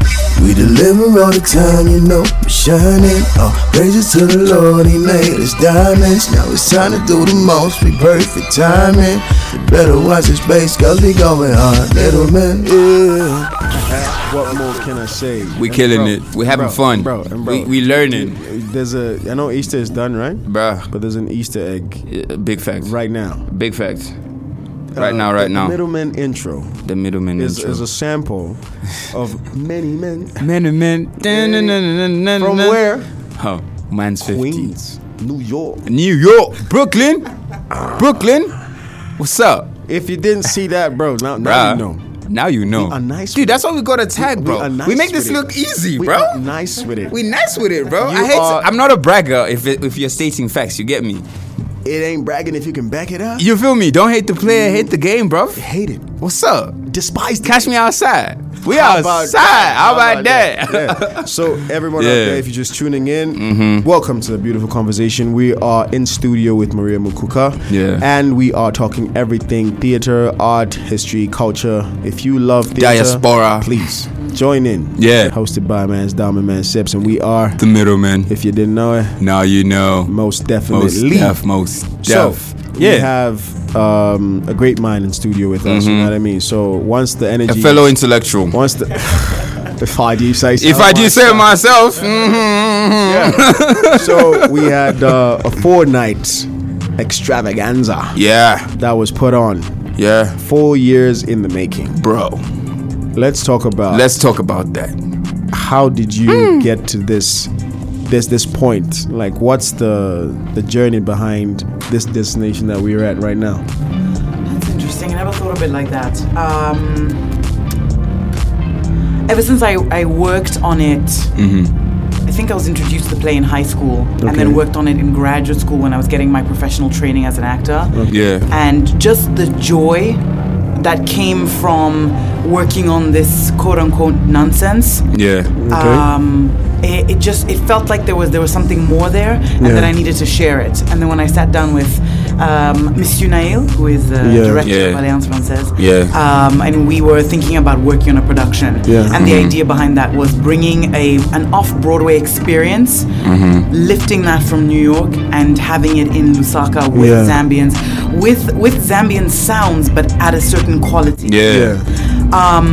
Speaker 2: We deliver all the time, you know. We shining. Oh, praises to the Lord, He made us diamonds. Now it's time to do the most. We perfect timing. You better watch this space, cause we going hard, little man. Yeah.
Speaker 4: What more can I say?
Speaker 1: We
Speaker 4: And
Speaker 1: killing
Speaker 4: bro,
Speaker 1: it. We having
Speaker 4: bro,
Speaker 1: fun.
Speaker 4: Bro, and bro.
Speaker 1: We- we learning.
Speaker 4: There's a. I know Easter is done, right?
Speaker 1: Bruh.
Speaker 4: But there's an Easter egg
Speaker 1: Yeah, Big facts.
Speaker 4: right now.
Speaker 1: Big facts. Right
Speaker 4: Uh,
Speaker 1: now,
Speaker 4: the
Speaker 1: right now.
Speaker 4: Middleman intro
Speaker 1: the middleman
Speaker 4: is
Speaker 1: intro.
Speaker 4: is a sample of many men
Speaker 1: Middleman. From
Speaker 4: from where
Speaker 1: Oh, man's 50.
Speaker 4: Queens, New York.
Speaker 1: New York, Brooklyn, Brooklyn. What's up,
Speaker 4: If you didn't see that, bro, now, now
Speaker 1: bruh?
Speaker 4: you know.
Speaker 1: Now you know.
Speaker 4: are nice
Speaker 1: Dude,
Speaker 4: with
Speaker 1: that's
Speaker 4: it.
Speaker 1: why we got a tag, bro.
Speaker 4: are
Speaker 1: We,
Speaker 4: nice
Speaker 1: make this
Speaker 4: with it.
Speaker 1: look easy,
Speaker 4: We
Speaker 1: bro.
Speaker 4: are nice with it.
Speaker 1: we nice with it, bro.
Speaker 4: You
Speaker 1: I hate.
Speaker 4: are-
Speaker 1: to- I'm not a bragger. If it, if you're stating facts, you get me.
Speaker 4: It ain't bragging if you can back it up.
Speaker 10: You feel me? Don't hate the player, hate the game, bro. Hate
Speaker 4: it.
Speaker 10: What's up?
Speaker 4: Despise.
Speaker 10: Catch me outside. We
Speaker 4: How
Speaker 10: outside.
Speaker 4: about that?
Speaker 10: How, about, that?
Speaker 4: Yeah. So everyone out
Speaker 10: Yeah. Mm-hmm.
Speaker 4: there, if you're just tuning in, welcome to the beautiful conversation. We are in studio with Maria Mukuka.
Speaker 10: Yeah.
Speaker 4: And we are talking everything theater, art, history, culture. If you love theater,
Speaker 10: Diaspora.
Speaker 4: please join in.
Speaker 10: Yeah.
Speaker 4: Hosted by Man's Diamond Man Sips, and we are
Speaker 10: The middleman.
Speaker 4: if you didn't know it,
Speaker 10: Now you know.
Speaker 4: most definitely.
Speaker 10: Most deaf, most
Speaker 4: So
Speaker 10: deaf.
Speaker 4: we have um, a great mind in studio with us. You know what I mean. So once the
Speaker 10: Mm-hmm. a
Speaker 4: energy,
Speaker 10: fellow intellectual.
Speaker 4: once the if I do say, so
Speaker 10: If I do say it
Speaker 4: myself.
Speaker 10: myself, mhm, mhm.
Speaker 4: so we had uh, a four night extravaganza
Speaker 10: yeah,
Speaker 4: that was put on
Speaker 10: yeah,
Speaker 4: four years in the making.
Speaker 10: bro.
Speaker 4: Let's talk about
Speaker 10: Let's talk about that.
Speaker 4: how did you
Speaker 6: Hmm.
Speaker 4: get to this this this point? Like, what's the the journey behind this destination that we're at right now?
Speaker 6: That's interesting. I never thought of it like that. Um, ever since I, I worked on it, I think I was introduced to the play in high school and
Speaker 4: Okay.
Speaker 6: then worked on it in graduate school when I was getting my professional training as an actor.
Speaker 10: Yeah,
Speaker 6: And just the joy that came from working on this quote unquote nonsense.
Speaker 10: yeah,
Speaker 4: Okay.
Speaker 6: Um, it, it just it felt like there was there was something more there, and
Speaker 4: Yeah.
Speaker 6: that I needed to share it. And then when I sat down with um, Monsieur Nail, who is the
Speaker 4: Yeah.
Speaker 6: director
Speaker 10: Yeah.
Speaker 6: of Alliance Française,
Speaker 10: Yeah.
Speaker 6: um, and we were thinking about working on a production.
Speaker 4: Yeah.
Speaker 6: And the
Speaker 10: Mm-hmm.
Speaker 6: idea behind that was bringing a an off Broadway experience,
Speaker 10: Mm-hmm.
Speaker 6: lifting that from New York and having it in Lusaka with
Speaker 4: Yeah.
Speaker 6: Zambians, with with Zambian sounds, but at a certain quality.
Speaker 10: yeah,
Speaker 6: Um,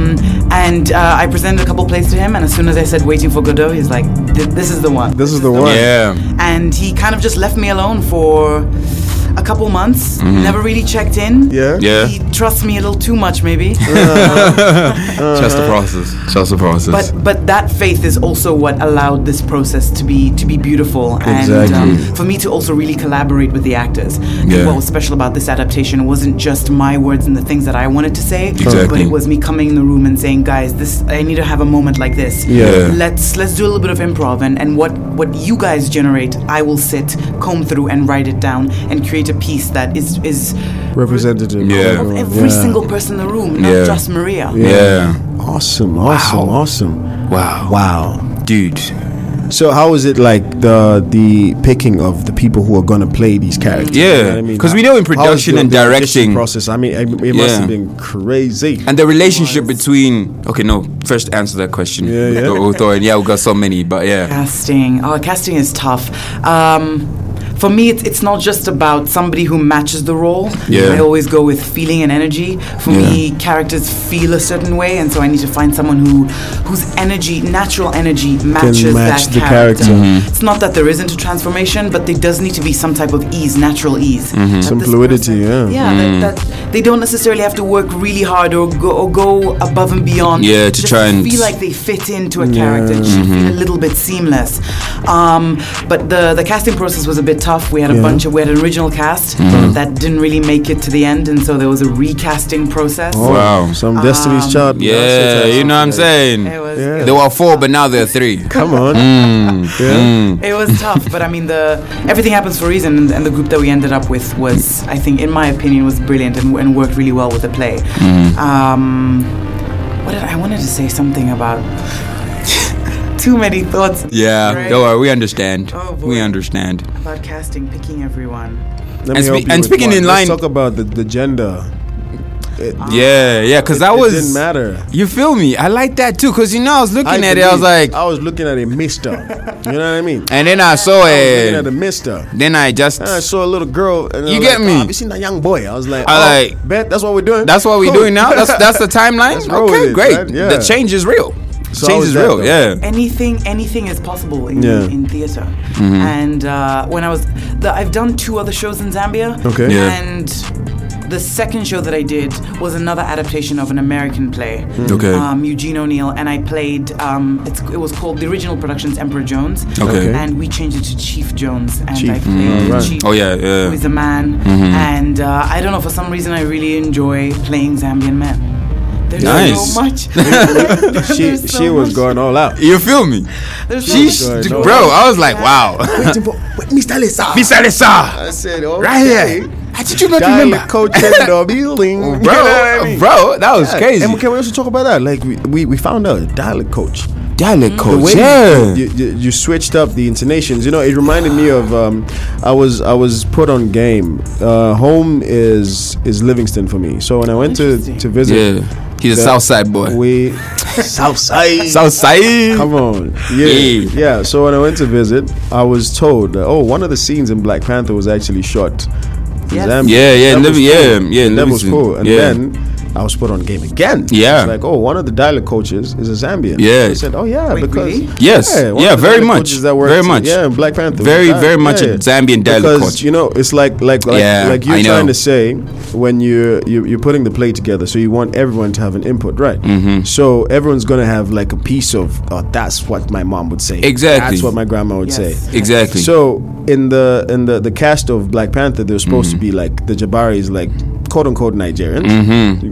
Speaker 6: and uh, I presented a couple plays to him, and as soon as I said "Waiting for Godot," he's like, "Th- "This is the one."
Speaker 4: This is the one.
Speaker 10: yeah.
Speaker 6: And he kind of just left me alone for a couple months. Never really checked in.
Speaker 4: Yeah.
Speaker 10: Yeah.
Speaker 6: He trusts me a little too much, maybe.
Speaker 1: Uh-huh.
Speaker 10: Trust the process. Trust the process.
Speaker 6: but but that faith is also what allowed this process to be to be beautiful and um,
Speaker 4: Exactly.
Speaker 6: for me to also really collaborate with the actors. And
Speaker 10: Yeah.
Speaker 6: What was special about this adaptation wasn't just my words and the things that I wanted to say, but
Speaker 10: Exactly.
Speaker 6: it was me coming in the room and saying, "Guys, this I need to have a moment like this.
Speaker 4: Yeah.
Speaker 6: Let's let's do a little bit of improv and and what what you guys generate, I will sit, comb through, and write it down and create a piece that is is
Speaker 4: Representative.
Speaker 10: Yeah.
Speaker 6: of every
Speaker 4: Yeah.
Speaker 6: single person in the room, not
Speaker 10: Yeah.
Speaker 6: just Maria.
Speaker 10: yeah.
Speaker 4: Awesome. Awesome. Awesome.
Speaker 10: Wow.
Speaker 4: Wow.
Speaker 10: Dude.
Speaker 4: So how is it like the the picking of the people who are gonna play these characters?
Speaker 10: Yeah, 'cause we know in
Speaker 4: How is
Speaker 10: production
Speaker 4: the-
Speaker 10: and
Speaker 4: the audition
Speaker 10: directing-
Speaker 4: process. I mean, I- it must
Speaker 10: Yeah.
Speaker 4: have been crazy.
Speaker 10: And the relationship between okay, no, first answer that question.
Speaker 4: Yeah, yeah.
Speaker 10: The author and yeah, we got so many, but yeah,
Speaker 6: Casting. Oh, casting is tough. Um, for me, it's, it's not just about somebody who matches the role.
Speaker 10: Yeah.
Speaker 6: I always go with feeling and energy. For
Speaker 10: Yeah.
Speaker 6: me, characters feel a certain way, and so I need to find someone who whose energy, natural energy, matches
Speaker 4: match
Speaker 6: that
Speaker 4: the
Speaker 6: character.
Speaker 4: character. Mhm.
Speaker 6: It's not that there isn't a transformation, but there does need to be some type of ease, natural ease. That
Speaker 4: Some
Speaker 6: this
Speaker 4: fluidity,
Speaker 6: person-
Speaker 4: yeah.
Speaker 6: Yeah, that, that they don't necessarily have to work really hard or go, or go above and beyond.
Speaker 10: Yeah, to
Speaker 6: just
Speaker 10: try and-
Speaker 6: feel like they fit into a character. It should
Speaker 4: Mm-hmm.
Speaker 6: feel a little bit seamless. Um, but the the casting process was a bit tough. We had a
Speaker 4: Yeah. Mm-hmm.
Speaker 6: bunch of we had an original cast that didn't really make it to the end, and so there was a recasting process.
Speaker 10: Wow.
Speaker 4: Oh, Some Destiny's Child.
Speaker 10: yeah, you know what I'm saying.
Speaker 6: It was
Speaker 4: Yeah.
Speaker 10: There were four, but now there are three.
Speaker 4: Come on.
Speaker 10: Mm,
Speaker 4: yeah.
Speaker 6: it was tough, but I mean the everything happens for a reason, and, and the group that we ended up with was, I think, in my opinion, was brilliant and, and worked really well with the play.
Speaker 4: Mm-hmm.
Speaker 6: Um, what did I wanted to say something about? Too many thoughts.
Speaker 10: Yeah,
Speaker 6: Right.
Speaker 10: don't worry, we understand.
Speaker 6: Oh, boy.
Speaker 10: we understand.
Speaker 6: about casting, picking everyone.
Speaker 4: Let
Speaker 10: And
Speaker 4: me
Speaker 10: spe-
Speaker 4: help you
Speaker 10: and
Speaker 4: with
Speaker 10: speaking
Speaker 4: one.
Speaker 10: in
Speaker 4: Let's
Speaker 10: line-
Speaker 4: talk about the, the gender.
Speaker 10: yeah, yeah, because that
Speaker 4: it
Speaker 10: was
Speaker 4: didn't matter.
Speaker 10: You feel me? I like that too, because you know I was looking at it, I was
Speaker 4: believe-
Speaker 10: like,
Speaker 4: I was looking at a mister. you know what I mean?
Speaker 10: and then I saw
Speaker 4: I was looking at a
Speaker 10: it,
Speaker 4: mister.
Speaker 10: then I just
Speaker 4: And I saw a little girl. And I
Speaker 10: You
Speaker 4: was
Speaker 10: get
Speaker 4: like,
Speaker 10: me?
Speaker 4: "Oh, you seen that young boy? I was like,
Speaker 10: I
Speaker 4: oh,
Speaker 10: like-
Speaker 4: bet that's what we're doing.
Speaker 10: that's what we
Speaker 4: Cool.
Speaker 10: doing now. That's that's the timeline.
Speaker 4: Let's roll with
Speaker 10: okay,
Speaker 4: it,
Speaker 10: great.
Speaker 4: man. Yeah.
Speaker 10: The change is real.
Speaker 4: So how
Speaker 10: change
Speaker 4: was
Speaker 10: is
Speaker 4: that,
Speaker 10: real.
Speaker 4: though?
Speaker 10: Yeah.
Speaker 6: anything anything is possible in,
Speaker 4: Yeah. Mm-hmm.
Speaker 6: in theater and uh, when i was the, i've done two other shows in zambia
Speaker 4: Okay.
Speaker 10: Yeah.
Speaker 6: and the second show that i did was another adaptation of an american play
Speaker 4: Mm.
Speaker 10: Okay.
Speaker 6: um, eugene o'neill and i played um, it's, it was called the original productions emperor jones
Speaker 10: Okay.
Speaker 6: and we changed it to chief jones and i
Speaker 4: Chief. Mm.
Speaker 6: played the
Speaker 4: Alright.
Speaker 6: chief
Speaker 10: Oh, yeah, Mm-hmm. yeah.
Speaker 6: who is a man and uh, i don't know for some reason i really enjoy playing zambian men There's
Speaker 1: Nice.
Speaker 6: so much.
Speaker 4: she
Speaker 6: There's so
Speaker 4: she was
Speaker 6: much.
Speaker 4: going all out.
Speaker 1: You feel me?
Speaker 6: There's so
Speaker 1: She's,
Speaker 4: much going on.
Speaker 1: bro, I was like, wow.
Speaker 11: Mr. Lisa.
Speaker 1: Mr. Lisa.
Speaker 4: I said, okay.
Speaker 1: Right here. How did you not remember?
Speaker 4: Coach the building, You know
Speaker 1: Bro,
Speaker 4: what I mean?
Speaker 1: bro, that was
Speaker 4: Yeah,
Speaker 1: crazy.
Speaker 4: And can we also talk about that? Like we, we, we found out a dialect coach.
Speaker 1: Dialect
Speaker 4: The
Speaker 1: coach.
Speaker 4: way
Speaker 1: Oh, Yeah.
Speaker 4: you, you, you switched up the intonations, you know, it reminded me of um, I was I was put on game. Uh, home is is Livingston for me. So when I went to
Speaker 6: Interesting.
Speaker 4: to visit,
Speaker 1: Yeah. He's a
Speaker 4: the-
Speaker 1: South Side boy.
Speaker 4: we Southside.
Speaker 1: South Side.
Speaker 4: Come on. Yeah.
Speaker 1: Yeah.
Speaker 4: yeah. So when I went to visit, I was told that, oh, one of the scenes in Black Panther was actually shot. in
Speaker 6: Yes.
Speaker 4: Zambia.
Speaker 1: Yeah, yeah,
Speaker 4: That
Speaker 1: Liv-
Speaker 4: was
Speaker 1: yeah, yeah,
Speaker 4: That was
Speaker 1: Livingston.
Speaker 4: cool. And
Speaker 1: Yeah.
Speaker 4: then I was put on game again.
Speaker 1: Yeah.
Speaker 4: It's like, oh, one of the dialect coaches is a Zambian.
Speaker 1: Yeah.
Speaker 4: I said, oh, yeah,
Speaker 6: Wait,
Speaker 4: because.
Speaker 6: really?
Speaker 1: Yes.
Speaker 4: one
Speaker 1: Yeah,
Speaker 4: of the
Speaker 1: very
Speaker 4: dialect
Speaker 1: much.
Speaker 4: coaches that worked-
Speaker 1: Very much.
Speaker 4: Yeah, in Black Panther.
Speaker 1: Very,
Speaker 4: Yeah,
Speaker 1: very much a Zambian dialect
Speaker 4: because,
Speaker 1: coach.
Speaker 4: You know, it's like, like, like,
Speaker 1: Yeah,
Speaker 4: like you're
Speaker 1: I know.
Speaker 4: trying to say when you're, you you're putting the play together, so you want everyone to have an input, right?
Speaker 1: Mm-hmm.
Speaker 4: So everyone's going to have like a piece of, oh, that's what my mom would say.
Speaker 1: Exactly.
Speaker 4: That's what my grandma would
Speaker 6: Yes.
Speaker 4: say.
Speaker 1: Exactly.
Speaker 4: So in the in the the cast of Black Panther, they're supposed
Speaker 1: Mm-hmm.
Speaker 4: to be like the Jabaris, like quote unquote Nigerians,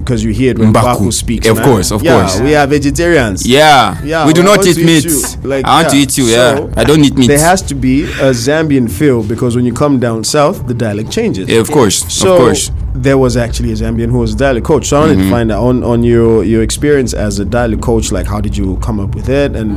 Speaker 4: because you hear it when
Speaker 1: Mbaku.
Speaker 4: Baku, speaks.
Speaker 1: Mm-hmm. Of
Speaker 4: man.
Speaker 1: course, of
Speaker 4: yeah,
Speaker 1: course.
Speaker 4: We are vegetarians.
Speaker 1: yeah.
Speaker 4: Yeah,
Speaker 1: We do
Speaker 4: I
Speaker 1: not
Speaker 4: want
Speaker 1: eat
Speaker 4: to eat
Speaker 1: meat.
Speaker 4: you. Like,
Speaker 1: I want to
Speaker 4: yeah.
Speaker 1: eat you,
Speaker 4: So,
Speaker 1: yeah. I don't eat meat.
Speaker 4: There has to be a Zambian feel because when you come down south, the dialect changes.
Speaker 1: Yeah, of course.
Speaker 4: So
Speaker 1: of course. Mm-hmm.
Speaker 4: there was actually a Zambian who was a dialect coach. So I wanted to find out on, on your, your experience as a dialect coach, like how did you come up with it, and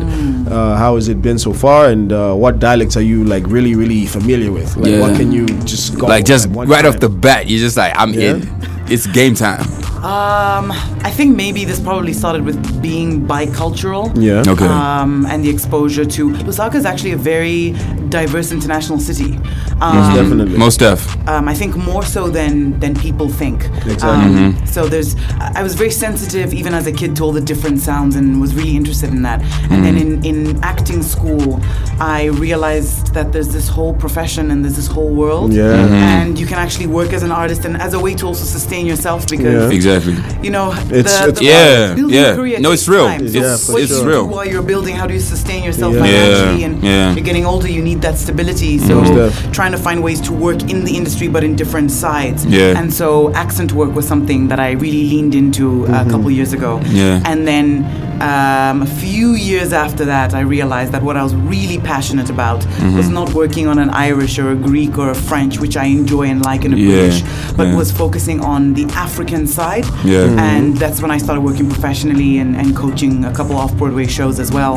Speaker 4: uh, how has it been so far, and uh, what dialects are you like really really familiar with? Like
Speaker 1: Yeah.
Speaker 4: what can you just go
Speaker 1: Like just
Speaker 4: one
Speaker 1: right off
Speaker 4: time?
Speaker 1: the bat, you're just like, I'm
Speaker 4: Yeah.
Speaker 1: in. It's game time.
Speaker 6: Um, I think maybe this probably started with being bicultural.
Speaker 4: yeah
Speaker 1: Okay.
Speaker 6: Um, and the exposure to Lusaka is actually a very diverse international city.
Speaker 4: Most
Speaker 6: Um,
Speaker 4: definitely
Speaker 1: Most stuff.
Speaker 6: um, I think more so than than people think.
Speaker 4: Exactly. Mm-hmm.
Speaker 6: Um, So there's, I I was very sensitive even as a kid to all the different sounds and was really interested in that. And then in
Speaker 4: Mm-hmm.
Speaker 6: in acting school, I realized that there's this whole profession and there's this whole world.
Speaker 4: Yeah. Mhm.
Speaker 6: And you can actually work as an artist and as a way to also sustain yourself because.
Speaker 4: Yeah.
Speaker 1: Exactly.
Speaker 6: You know,
Speaker 4: It's-
Speaker 6: the,
Speaker 4: it's-
Speaker 6: the
Speaker 1: Yeah,
Speaker 6: building
Speaker 1: yeah.
Speaker 6: a career
Speaker 1: No,
Speaker 6: takes
Speaker 1: it's real.
Speaker 6: time. So
Speaker 1: It's-
Speaker 6: what
Speaker 1: it's
Speaker 6: you
Speaker 1: real.
Speaker 6: Do while you're building, how do you sustain yourself
Speaker 4: Yeah.
Speaker 1: Yeah,
Speaker 6: financially? And
Speaker 1: yeah. Mm-hmm.
Speaker 6: you're getting older, you need that stability. So
Speaker 4: definitely.
Speaker 6: trying to find ways to work in the industry but in different sides.
Speaker 1: Yeah.
Speaker 6: And so accent work was something that I really leaned into uh, a couple years ago.
Speaker 1: Mm-hmm. Yeah.
Speaker 6: And then um, a few years after that, I realized that what I was really passionate about
Speaker 1: Mm-hmm.
Speaker 6: was not working on an Irish or a Greek or a French, which I enjoy and like and
Speaker 1: Yeah,
Speaker 6: British, but
Speaker 1: yeah.
Speaker 6: was focusing on the African side.
Speaker 1: Yeah. Mhm.
Speaker 6: And that's when I started working professionally and, and coaching a couple off Broadway shows as well,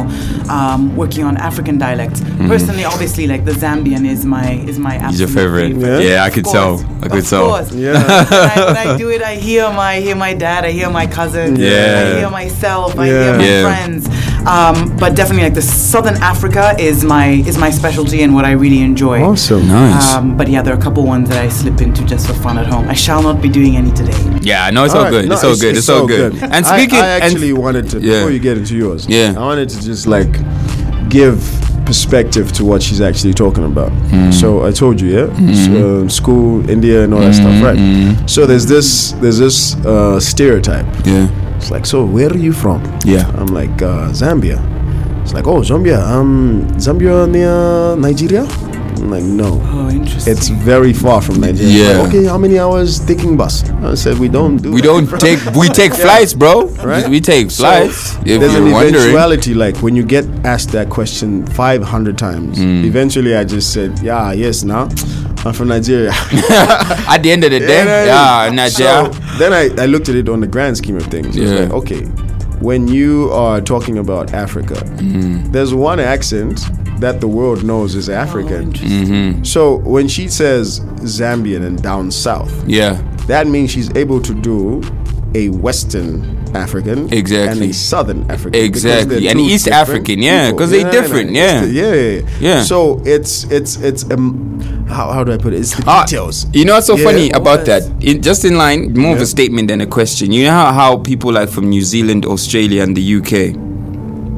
Speaker 6: um, working on African dialects. Personally, obviously, like the Zambian is my is my
Speaker 1: Mm-hmm. He's your
Speaker 6: absolute
Speaker 1: favorite.
Speaker 4: Yeah.
Speaker 1: Yeah, I
Speaker 6: Of
Speaker 1: could
Speaker 6: course,
Speaker 1: tell. I could
Speaker 6: of
Speaker 1: tell.
Speaker 6: course. when, I, when I do it, I hear my I hear my dad, I hear my cousin,
Speaker 1: Yeah.
Speaker 6: I hear myself, I
Speaker 4: Yeah.
Speaker 6: hear my
Speaker 1: Yeah.
Speaker 6: friends. Um, but definitely, like the Southern Africa is my is my specialty and what I really enjoy.
Speaker 4: awesome
Speaker 1: Nice.
Speaker 6: Um, but yeah, there are a couple ones that I slip into just for fun at home. I shall not be doing any today.
Speaker 1: yeah, no, it's all,
Speaker 4: Alright,
Speaker 1: good.
Speaker 4: no,
Speaker 1: it's all good. It's, all good. And
Speaker 4: I-
Speaker 1: speaking,
Speaker 4: I, actually
Speaker 1: and,
Speaker 4: wanted to
Speaker 1: Yeah.
Speaker 4: before you get into yours.
Speaker 1: Yeah.
Speaker 4: I wanted to just like give perspective to what she's actually talking about.
Speaker 1: Mm.
Speaker 4: So I told you, yeah, so, uh, school, India, and all that stuff, right? So there's this there's this uh, stereotype.
Speaker 1: Mm. yeah,
Speaker 4: It's like, so where are you from?
Speaker 1: Yeah.
Speaker 4: I'm like uh, Zambia. It's like, oh, Zambia. Um, Zambia near Nigeria. I'm like, no.
Speaker 6: Oh, interesting.
Speaker 4: It's very far from Nigeria.
Speaker 1: Yeah.
Speaker 4: Like, okay, how many hours taking bus? I said we don't do.
Speaker 1: we
Speaker 4: that,
Speaker 1: don't
Speaker 4: bro."
Speaker 1: take we take flights, bro.
Speaker 4: Right?
Speaker 1: We take
Speaker 4: So,
Speaker 1: flights. if
Speaker 4: there's
Speaker 1: you're
Speaker 4: an
Speaker 1: wondering,
Speaker 4: eventuality, like when you get asked that question 500 times.
Speaker 1: Hmm.
Speaker 4: Eventually, I just said, "Yeah, yes, now I'm from Nigeria."
Speaker 1: at the end of the day, yeah,
Speaker 4: So,
Speaker 1: Nigeria.
Speaker 4: then I, I looked at it on the grand scheme of things. It's
Speaker 1: Yeah.
Speaker 4: like, okay, when you are talking about Africa,
Speaker 1: Hmm.
Speaker 4: there's one accent that the world knows is
Speaker 1: Oh,
Speaker 4: African.
Speaker 1: Mm-hmm.
Speaker 4: So when she says Zambian and down south,
Speaker 1: Yeah,
Speaker 4: that means she's able to do a Western African
Speaker 1: Exactly.
Speaker 4: and a Southern African
Speaker 1: Exactly.
Speaker 4: because they're
Speaker 1: And
Speaker 4: two
Speaker 1: East
Speaker 4: different
Speaker 1: African, yeah,
Speaker 4: people.
Speaker 1: 'cause they
Speaker 4: Yeah,
Speaker 1: different, yeah.
Speaker 4: yeah, yeah, yeah, yeah.
Speaker 1: Yeah.
Speaker 4: So it's it's it's um, how how do I put it? It's the
Speaker 1: Ah,
Speaker 4: details.
Speaker 1: You know what's so
Speaker 4: Yeah.
Speaker 1: funny about
Speaker 4: Yes.
Speaker 1: that? In, just in line, more of a statement than a question. You know how, how people like from New Zealand, Australia, and the UK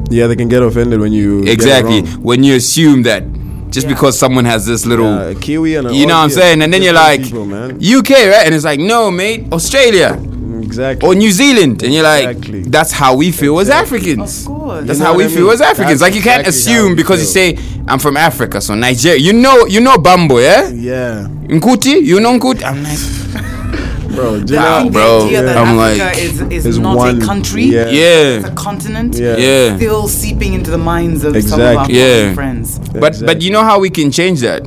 Speaker 4: Yeah, they can get offended when you get it
Speaker 1: exactly
Speaker 4: wrong.
Speaker 1: when you assume that just because someone has this little
Speaker 4: Yeah, a Uh, Kiwi and a
Speaker 1: you know what I'm
Speaker 4: Aussie are
Speaker 1: saying, and then you're
Speaker 4: different
Speaker 1: like
Speaker 4: people, man.
Speaker 1: UK, right? And it's like no, mate, Australia
Speaker 4: Exactly.
Speaker 1: or New Zealand, and you're like
Speaker 4: Exactly.
Speaker 1: that's how we feel as Africans.
Speaker 6: Of course.
Speaker 1: That's
Speaker 4: You know
Speaker 1: how we
Speaker 4: what I
Speaker 1: feel
Speaker 4: mean?
Speaker 1: as Africans.
Speaker 4: That's
Speaker 1: like you can't
Speaker 4: exactly how
Speaker 1: assume
Speaker 4: we
Speaker 1: because
Speaker 4: feel.
Speaker 1: you say I'm from Africa, so Nigeria. You know, you know Bambo, yeah?
Speaker 4: yeah.
Speaker 1: Nkuti, you know Nkuti. I'm like,
Speaker 4: bro.
Speaker 6: The idea-
Speaker 1: bro.
Speaker 6: idea that
Speaker 1: I'm
Speaker 6: Africa
Speaker 1: like-
Speaker 6: is, is,
Speaker 1: Is
Speaker 6: not
Speaker 1: one-
Speaker 6: a country,
Speaker 1: yeah. Yeah.
Speaker 6: it's a continent,
Speaker 1: Yeah. Yeah.
Speaker 6: still seeping into the minds of some of our
Speaker 1: yeah.
Speaker 6: friends.
Speaker 1: But but you know how we can change that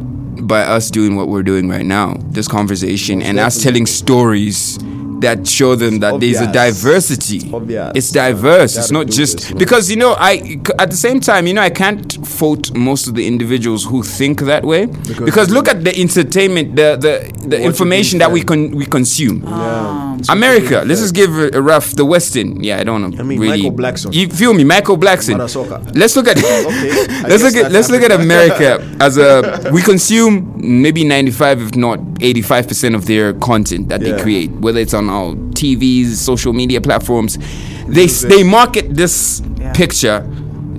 Speaker 1: by us doing what we're doing right now, this conversation, and us telling stories that show them that there's a
Speaker 4: obvious.
Speaker 1: diversity. It's diverse. It's not just because you know I at the same time you know I can't fault most of the individuals who think that way because, look at the entertainment the the, the information that we con- we consume.
Speaker 6: Um,
Speaker 1: America. Let's just give a, a rough the Western. Yeah, I don't know. I mean, really, Michael Blackson. You feel me, Michael Blackson? Let's look at let's look at let's look at America as a we consume maybe ninety five, if not eighty five percent of their content that
Speaker 12: Yeah.
Speaker 1: they create, whether it's on our TVs, social media platforms. They s- they market this picture.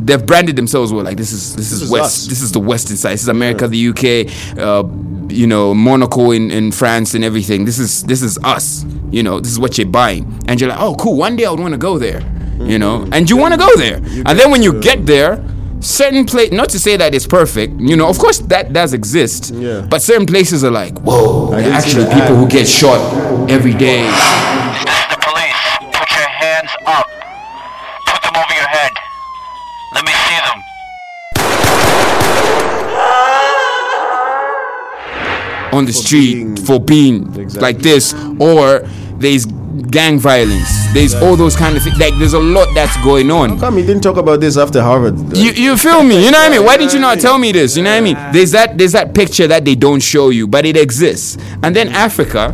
Speaker 1: They've branded themselves with like this is this, is,
Speaker 12: is
Speaker 1: West
Speaker 12: us.
Speaker 1: this is the Western side. This is America, the UK, uh, you know, Monaco in, in France and everything. This is this is us. You know, this is what you're buying, and you're like, oh, cool. One day I would want to go there. You know, and you want to go there, and then when Mm-hmm. you get there, certain place. Not to say that it's perfect. You know, of course that does exist. Yeah. But certain places are like, whoa, there are
Speaker 12: didn't see
Speaker 1: actually
Speaker 12: the
Speaker 1: people
Speaker 12: ad.
Speaker 1: who get shot every day. on the street for being like this or there's gang violence there's all those kind of things like there's a lot that's going on
Speaker 4: Come, he didn't talk about this after Harvard.
Speaker 1: you, you feel me you know what i mean why didn't you not tell me this you know what i mean there's that there's that picture that they don't show you but it exists and then africa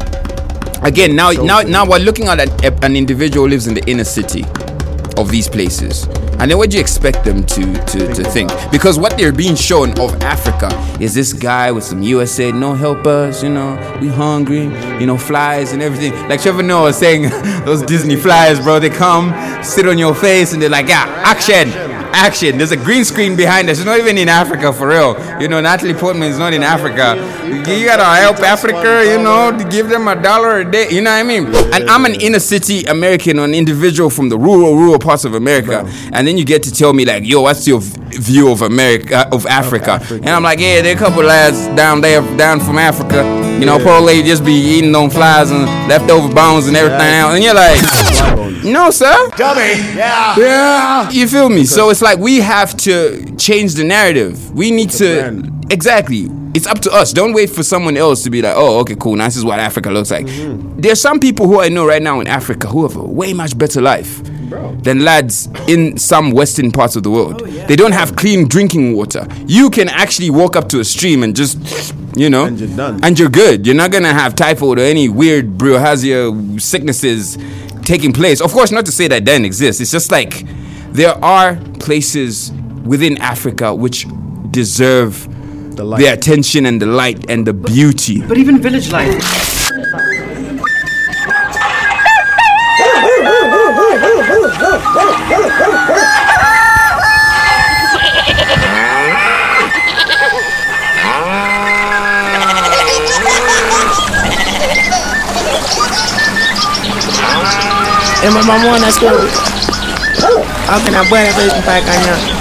Speaker 1: again now now now we're looking at an, an individual who lives in the inner city of these places and then what do you expect them to to, to think because what they're being shown of africa is this guy with some usa no help us you know we hungry you know flies and everything like trevor noah was saying those disney flies bro they come sit on your face and they're like yeah action action there's a green screen behind us it's not even in africa for real you know natalie portman is not in africa you gotta help africa you know to give them a dollar a day you know what i mean and i'm an inner city american or an individual from the rural rural parts of america and then you get to tell me like yo what's your v- view of america uh, of africa, and i'm like yeah there are a couple lads down there down from africa you know poor lady just be eating on flies and leftover bones and everything else and you're like no sir dummy yeah yeah you feel me so it's like we have to change the narrative we need to exactly it's up to us don't wait for someone else to be like oh okay cool now this is what africa looks like there's some people who i know right now in africa who have a way much better life than lads in some western parts of the world they don't have clean drinking water you can actually walk up to a stream and just you know and you're done and you're good you're not gonna have typhoid or any weird briohasia sicknesses taking place of course not to say that doesn't exist it's just like there are places within africa which deserve the, attention and the light and the beauty
Speaker 6: But even village life.
Speaker 13: And my mama wanna school. How can I buy a face back on ya?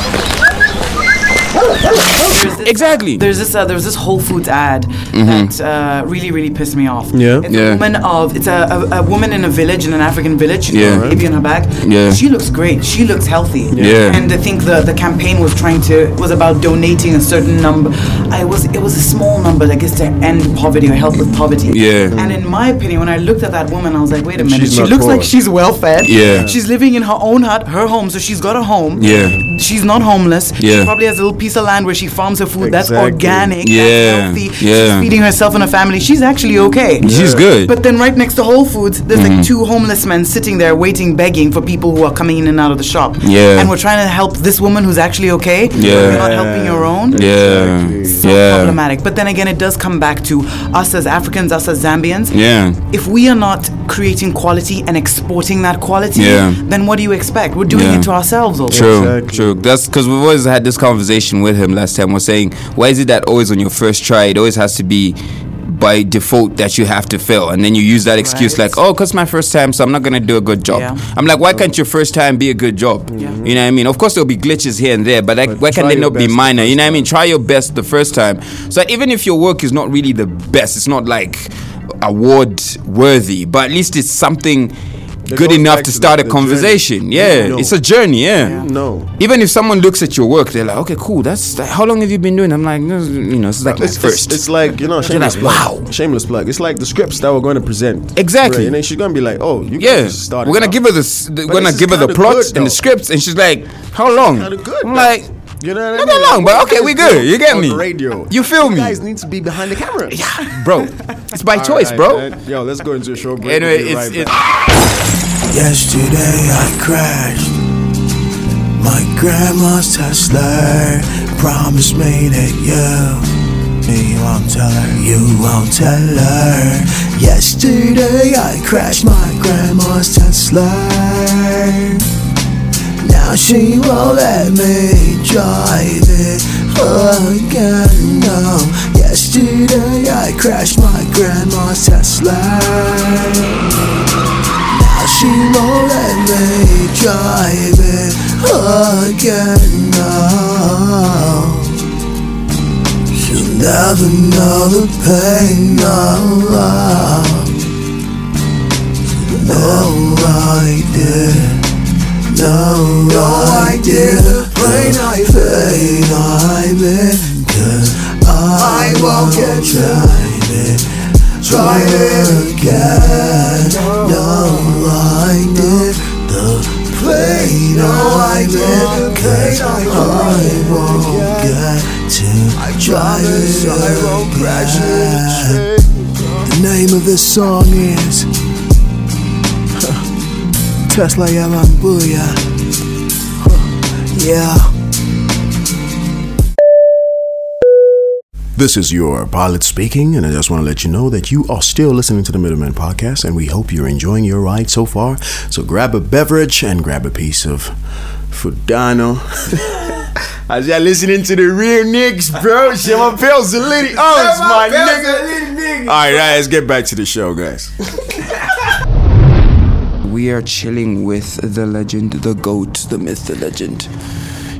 Speaker 1: Exactly. Mm-hmm.
Speaker 6: There's this. Uh, there was this Whole Foods ad that uh, really, really pissed me off.
Speaker 1: Yeah.
Speaker 6: It's
Speaker 1: Yeah.
Speaker 6: a woman of. It's a, a, a woman in a village in an African village.
Speaker 1: Yeah.
Speaker 6: Maybe on her back.
Speaker 1: Yeah.
Speaker 6: She looks great. She looks healthy.
Speaker 1: Yeah.
Speaker 6: And I think the, the campaign was trying to was about donating a certain number. I was it was a small number, I guess, to end poverty or help with poverty.
Speaker 1: Yeah.
Speaker 6: And in my opinion, when I looked at that woman, I was like, wait a minute.
Speaker 1: She's
Speaker 6: she
Speaker 1: not
Speaker 6: looks
Speaker 1: poor.
Speaker 6: like she's well fed.
Speaker 1: Yeah.
Speaker 6: She's living in her own hut, her home, so she's got a home.
Speaker 1: Yeah.
Speaker 6: She's not homeless.
Speaker 1: Yeah.
Speaker 6: She probably has a little piece of land where she farms her food. That's
Speaker 1: Exactly.
Speaker 6: organic.
Speaker 1: Yeah.
Speaker 6: That's healthy.
Speaker 1: Yeah.
Speaker 6: She's feeding herself and her family. She's actually okay.
Speaker 1: She's Yeah. good.
Speaker 6: But then right next to Whole Foods, there's
Speaker 1: Mhm.
Speaker 6: like two homeless men sitting there waiting, begging for people who are coming in and out of the shop.
Speaker 1: Yeah.
Speaker 6: And we're trying to help this woman who's actually okay. but
Speaker 1: Yeah.
Speaker 6: You're not helping your own.
Speaker 1: yeah
Speaker 6: So problematic. But then again, it does come back to us as Africans, us as Zambians.
Speaker 1: Yeah.
Speaker 6: If we are not creating quality and exporting that quality,
Speaker 1: Yeah.
Speaker 6: then what do you expect? We're doing
Speaker 1: Yeah.
Speaker 6: it to ourselves also.
Speaker 1: True, true. That's because we've always had this conversation with him last time. We're saying, why is it that always on your first try, it always has to be by default that you have to fail, and then you use that excuse like, oh, cause my first time, so I'm not gonna do a good job. I'm like, why can't your first time be a good job? You know what I mean? Of course, there'll be glitches here and there, but like, why can
Speaker 12: try
Speaker 1: they
Speaker 12: your
Speaker 1: not be
Speaker 12: best
Speaker 1: minor? You know what I mean? Try your best the first time. So even if your work is not really the best, it's not like award worthy, but at least it's something good enough to start a conversation. Yeah,
Speaker 4: No.
Speaker 1: it's a journey. Yeah.
Speaker 4: No.
Speaker 1: Even if someone looks at your work, they're like, "Okay, cool. That's that, how long have you been doing?" I'm like, "No, "You know, this is like my
Speaker 4: it's,
Speaker 1: first.
Speaker 4: It's, it's like you know,
Speaker 1: You're
Speaker 4: shameless
Speaker 1: like,
Speaker 4: plug. Wow, shameless plug. It's like the scripts that we're going to present.
Speaker 1: Exactly.
Speaker 4: Right, and then she's going to be like, "Oh, you
Speaker 1: yeah,
Speaker 4: started
Speaker 1: we're gonna
Speaker 4: out.
Speaker 1: give her this. We're
Speaker 4: But
Speaker 1: gonna
Speaker 4: this is
Speaker 1: give her the
Speaker 4: kinda
Speaker 1: plots
Speaker 4: good,
Speaker 1: and
Speaker 4: though.
Speaker 1: the scripts, and she's like, "How long?" I'm like,
Speaker 4: you know, what I
Speaker 1: Not that
Speaker 4: mean?
Speaker 1: long, but
Speaker 4: What
Speaker 1: okay,
Speaker 4: guys
Speaker 1: we good.
Speaker 4: do
Speaker 1: You get
Speaker 4: on
Speaker 1: me?
Speaker 4: the Radio,
Speaker 1: You feel me?
Speaker 4: guys need to be behind the camera. Yeah,
Speaker 1: bro. It's by choice, bro.
Speaker 4: Yo, let's go into a short break.
Speaker 1: Anyway,
Speaker 4: We'll be
Speaker 1: it's,
Speaker 4: right
Speaker 1: it's
Speaker 2: Yesterday I crashed. My grandma's Tesla promised me that you, you won't tell her, you won't tell her. Yesterday I crashed my grandma's Tesla. Now she won't let me drive it again. No, yesterday I crashed my grandma's Tesla. Now she won't let me drive it again now. She'll never know the pain now. No idea, no, no idea the pain I pain I'm in. 'Cause I, won't get drive it, try it again. No idea the pain I'm in. 'Cause I won't get to try it again.
Speaker 14: The name of this song is huh, Tesla Yalan Booyah. Huh, yeah.
Speaker 8: This is your pilot speaking, and I just want to let you know that you are still listening to the Middleman Podcast, and we hope you're enjoying your ride so far. So grab a beverage and grab a piece of Fudano.
Speaker 15: As y'all listening to the real niggas, bro. Shit, my pills are litty
Speaker 8: Owens,
Speaker 15: my
Speaker 8: Oh, nigga.
Speaker 15: nigga.
Speaker 16: All right, all right, let's get back to the show, guys. we are chilling with the legend, the goat, the myth, the legend.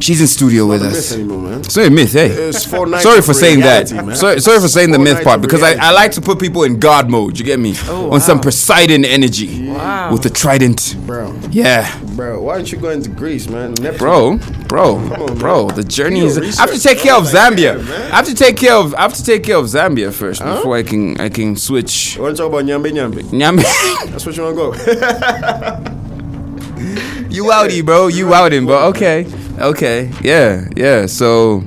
Speaker 1: she's in studio with
Speaker 16: a
Speaker 1: us.
Speaker 16: myth anymore,
Speaker 4: man.
Speaker 1: It's not a myth, hey.
Speaker 4: It's four nights
Speaker 1: sorry
Speaker 4: of
Speaker 1: for saying
Speaker 4: reality,
Speaker 1: that.
Speaker 4: man.
Speaker 1: Sorry, sorry for saying the myth
Speaker 4: nights
Speaker 1: part
Speaker 4: of
Speaker 1: because I, I like to put people in God mode. You get me? On some Poseidon energy
Speaker 4: Wow.
Speaker 1: with the trident.
Speaker 4: Bro.
Speaker 1: Yeah.
Speaker 4: Bro, why aren't you going to Greece, man? Neptune.
Speaker 1: Bro, bro, bro. The journey
Speaker 4: You
Speaker 1: is.
Speaker 4: a
Speaker 1: I have to
Speaker 4: research
Speaker 1: take care
Speaker 4: guy
Speaker 1: of
Speaker 4: like
Speaker 1: Zambia.
Speaker 4: that, man.
Speaker 1: I have to take care of. I have to take care of Zambia first
Speaker 4: Huh?
Speaker 1: before I can. I can switch.
Speaker 4: You want to talk about Nyambe Nyambe?
Speaker 1: Nyambe.
Speaker 4: That's what you want to go.
Speaker 1: You outie, bro. You outing, bro. Okay, okay. Yeah, yeah. So.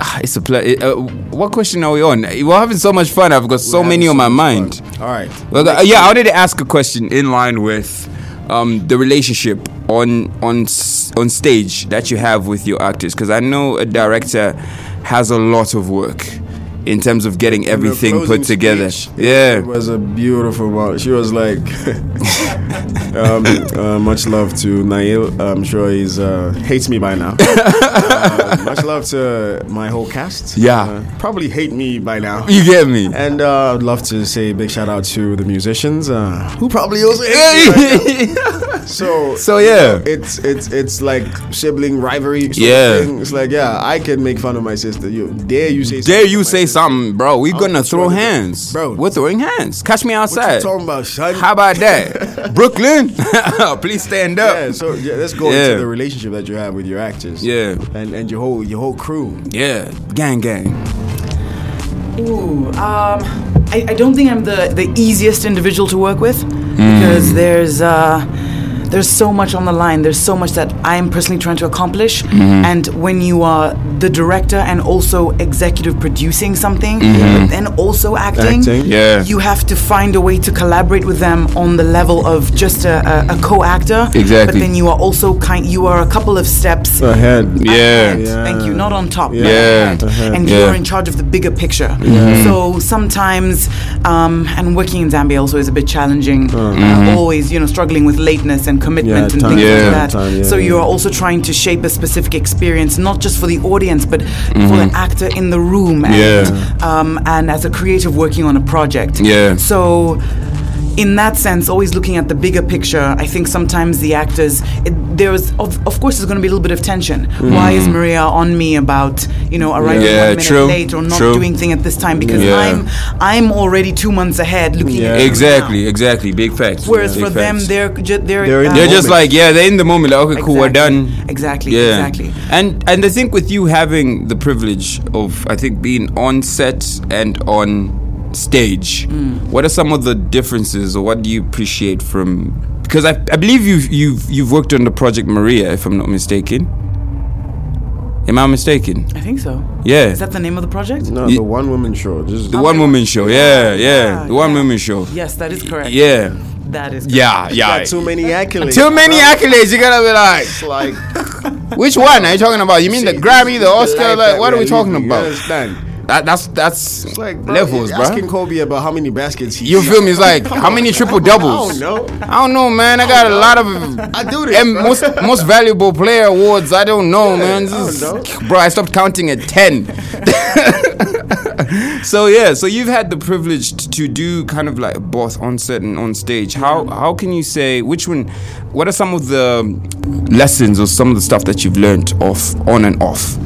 Speaker 1: ah, It's a play. Uh, what question are we on? We're having so much fun. I've got so many on my mind.
Speaker 4: All right.
Speaker 1: Well, uh, yeah, I wanted to ask a question in line with um, the relationship on on s- on stage that you have with your actors, because I know a director has a lot of work in terms of getting everything
Speaker 4: closing
Speaker 1: put together.
Speaker 4: speech,
Speaker 1: yeah,
Speaker 4: It was a beautiful moment. She was like, um, uh, much love to Nail. I'm sure he's uh, hates me by now. Uh, much love to my whole cast.
Speaker 1: Yeah.
Speaker 4: Uh, probably hate me by now.
Speaker 1: You get me.
Speaker 4: And uh, I'd love to say a big shout out to the musicians. Uh,
Speaker 15: Who probably also
Speaker 4: so
Speaker 1: so yeah,
Speaker 4: it's it's it's like sibling rivalry. sort of
Speaker 1: Yeah.
Speaker 4: thing. it's like yeah, I can make fun of my sister. You dare you say
Speaker 1: dare you say something, bro? We're gonna throw hands, bro. We're throwing hands. Catch me outside.
Speaker 4: talking about, son?
Speaker 1: How about that, Brooklyn? Please stand up.
Speaker 4: Yeah, so yeah, let's go
Speaker 1: Yeah.
Speaker 4: into the relationship that you have with your actors.
Speaker 1: Yeah.
Speaker 4: and and your whole your whole crew.
Speaker 1: Yeah, gang, gang.
Speaker 6: Ooh, um, I, I don't think I'm the, the easiest individual to work with because
Speaker 7: Hmm.
Speaker 6: there's uh, there's so much on the line. There's so much that I'm personally trying to accomplish,
Speaker 7: Mhm.
Speaker 6: and when you are the director and also executive producing something,
Speaker 7: Mhm.
Speaker 6: but then also acting,
Speaker 7: Acting, yeah.
Speaker 6: you have to find a way to collaborate with them on the level of just a, a, a co-actor.
Speaker 1: Exactly.
Speaker 6: But then you are also kind. You are a couple of steps
Speaker 4: Ahead.
Speaker 1: Yeah.
Speaker 6: Thank you. Not on top. but
Speaker 1: Yeah.
Speaker 6: ahead.
Speaker 1: Uh-huh.
Speaker 6: And
Speaker 1: Yeah.
Speaker 6: you're in charge of the bigger picture.
Speaker 1: Mhm.
Speaker 6: So sometimes, um, and working in Zambia also is a bit challenging. Uh,
Speaker 1: Mhm.
Speaker 6: Always, you know, struggling with lateness and commitment
Speaker 1: Yeah,
Speaker 6: and
Speaker 1: time.
Speaker 6: things
Speaker 1: Yeah.
Speaker 6: like that.
Speaker 1: Time, yeah,
Speaker 6: so you
Speaker 1: yeah.
Speaker 6: are also trying to shape a specific experience, not just for the audience, but for
Speaker 1: Mhm.
Speaker 6: the actor in the room. And,
Speaker 1: Yeah.
Speaker 6: um, and as a creative working on a project.
Speaker 1: Yeah.
Speaker 6: So in that sense, always looking at the bigger picture, I think sometimes the actors, it, there is, of, of course, there's going to be a little bit of tension. Why is
Speaker 17: Mm.
Speaker 6: Maria on me about, you know, arriving
Speaker 17: Yeah,
Speaker 6: one minute
Speaker 17: true,
Speaker 6: late or not
Speaker 1: Mm-hmm. true.
Speaker 6: doing thing at this time? Because
Speaker 1: Yeah.
Speaker 6: I'm, I'm already two months ahead looking at it
Speaker 1: Exactly, exactly. Big facts.
Speaker 6: now. Whereas
Speaker 1: Big
Speaker 6: for them,
Speaker 1: facts.
Speaker 6: they're, ju- they're,
Speaker 1: they're,
Speaker 6: uh,
Speaker 1: just like yeah they're in the moment like okay cool we're done
Speaker 6: Exactly, exactly.
Speaker 1: and and i think with you having the privilege of i think being on set and on stage
Speaker 17: Mm.
Speaker 1: what are some of the differences or what do you appreciate from because I, I believe you've you've you've worked on the project maria if i'm not mistaken am i mistaken
Speaker 6: I think so.
Speaker 1: Yeah.
Speaker 6: Is that the name of the project?
Speaker 1: No, the
Speaker 4: one woman show. Just
Speaker 1: the one woman show yeah yeah, the one woman show
Speaker 6: Yes, that is correct.
Speaker 1: yeah
Speaker 6: That is correct.
Speaker 1: yeah yeah
Speaker 4: Got too many accolades.
Speaker 1: too many accolades you gotta be like
Speaker 4: It's like
Speaker 1: Which one are you talking about? You mean the
Speaker 4: See,
Speaker 1: Grammy, the
Speaker 4: the
Speaker 1: Oscar? Like,
Speaker 4: life that
Speaker 1: what are we
Speaker 4: we're
Speaker 1: talking
Speaker 4: living, you
Speaker 1: about?
Speaker 4: understand?
Speaker 1: That, that's that's like
Speaker 4: bro,
Speaker 1: levels,
Speaker 4: you're
Speaker 1: bro.
Speaker 4: Asking Kobe about how many baskets he
Speaker 1: You feel me? It's like
Speaker 4: Come
Speaker 1: how many
Speaker 4: on,
Speaker 1: triple
Speaker 4: I don't-
Speaker 1: doubles?
Speaker 4: I don't know.
Speaker 1: I don't know, man. I got a lot of
Speaker 4: I do this,
Speaker 1: and
Speaker 4: bro.
Speaker 1: most most valuable player awards. I don't know, man.
Speaker 4: I
Speaker 1: This
Speaker 4: don't
Speaker 1: is- bro, I stopped counting at ten. so yeah, so you've had the privilege t- to do kind of like both on set and on stage. How how can you say which one? What are some of the lessons or some of the stuff that you've learned off on and off?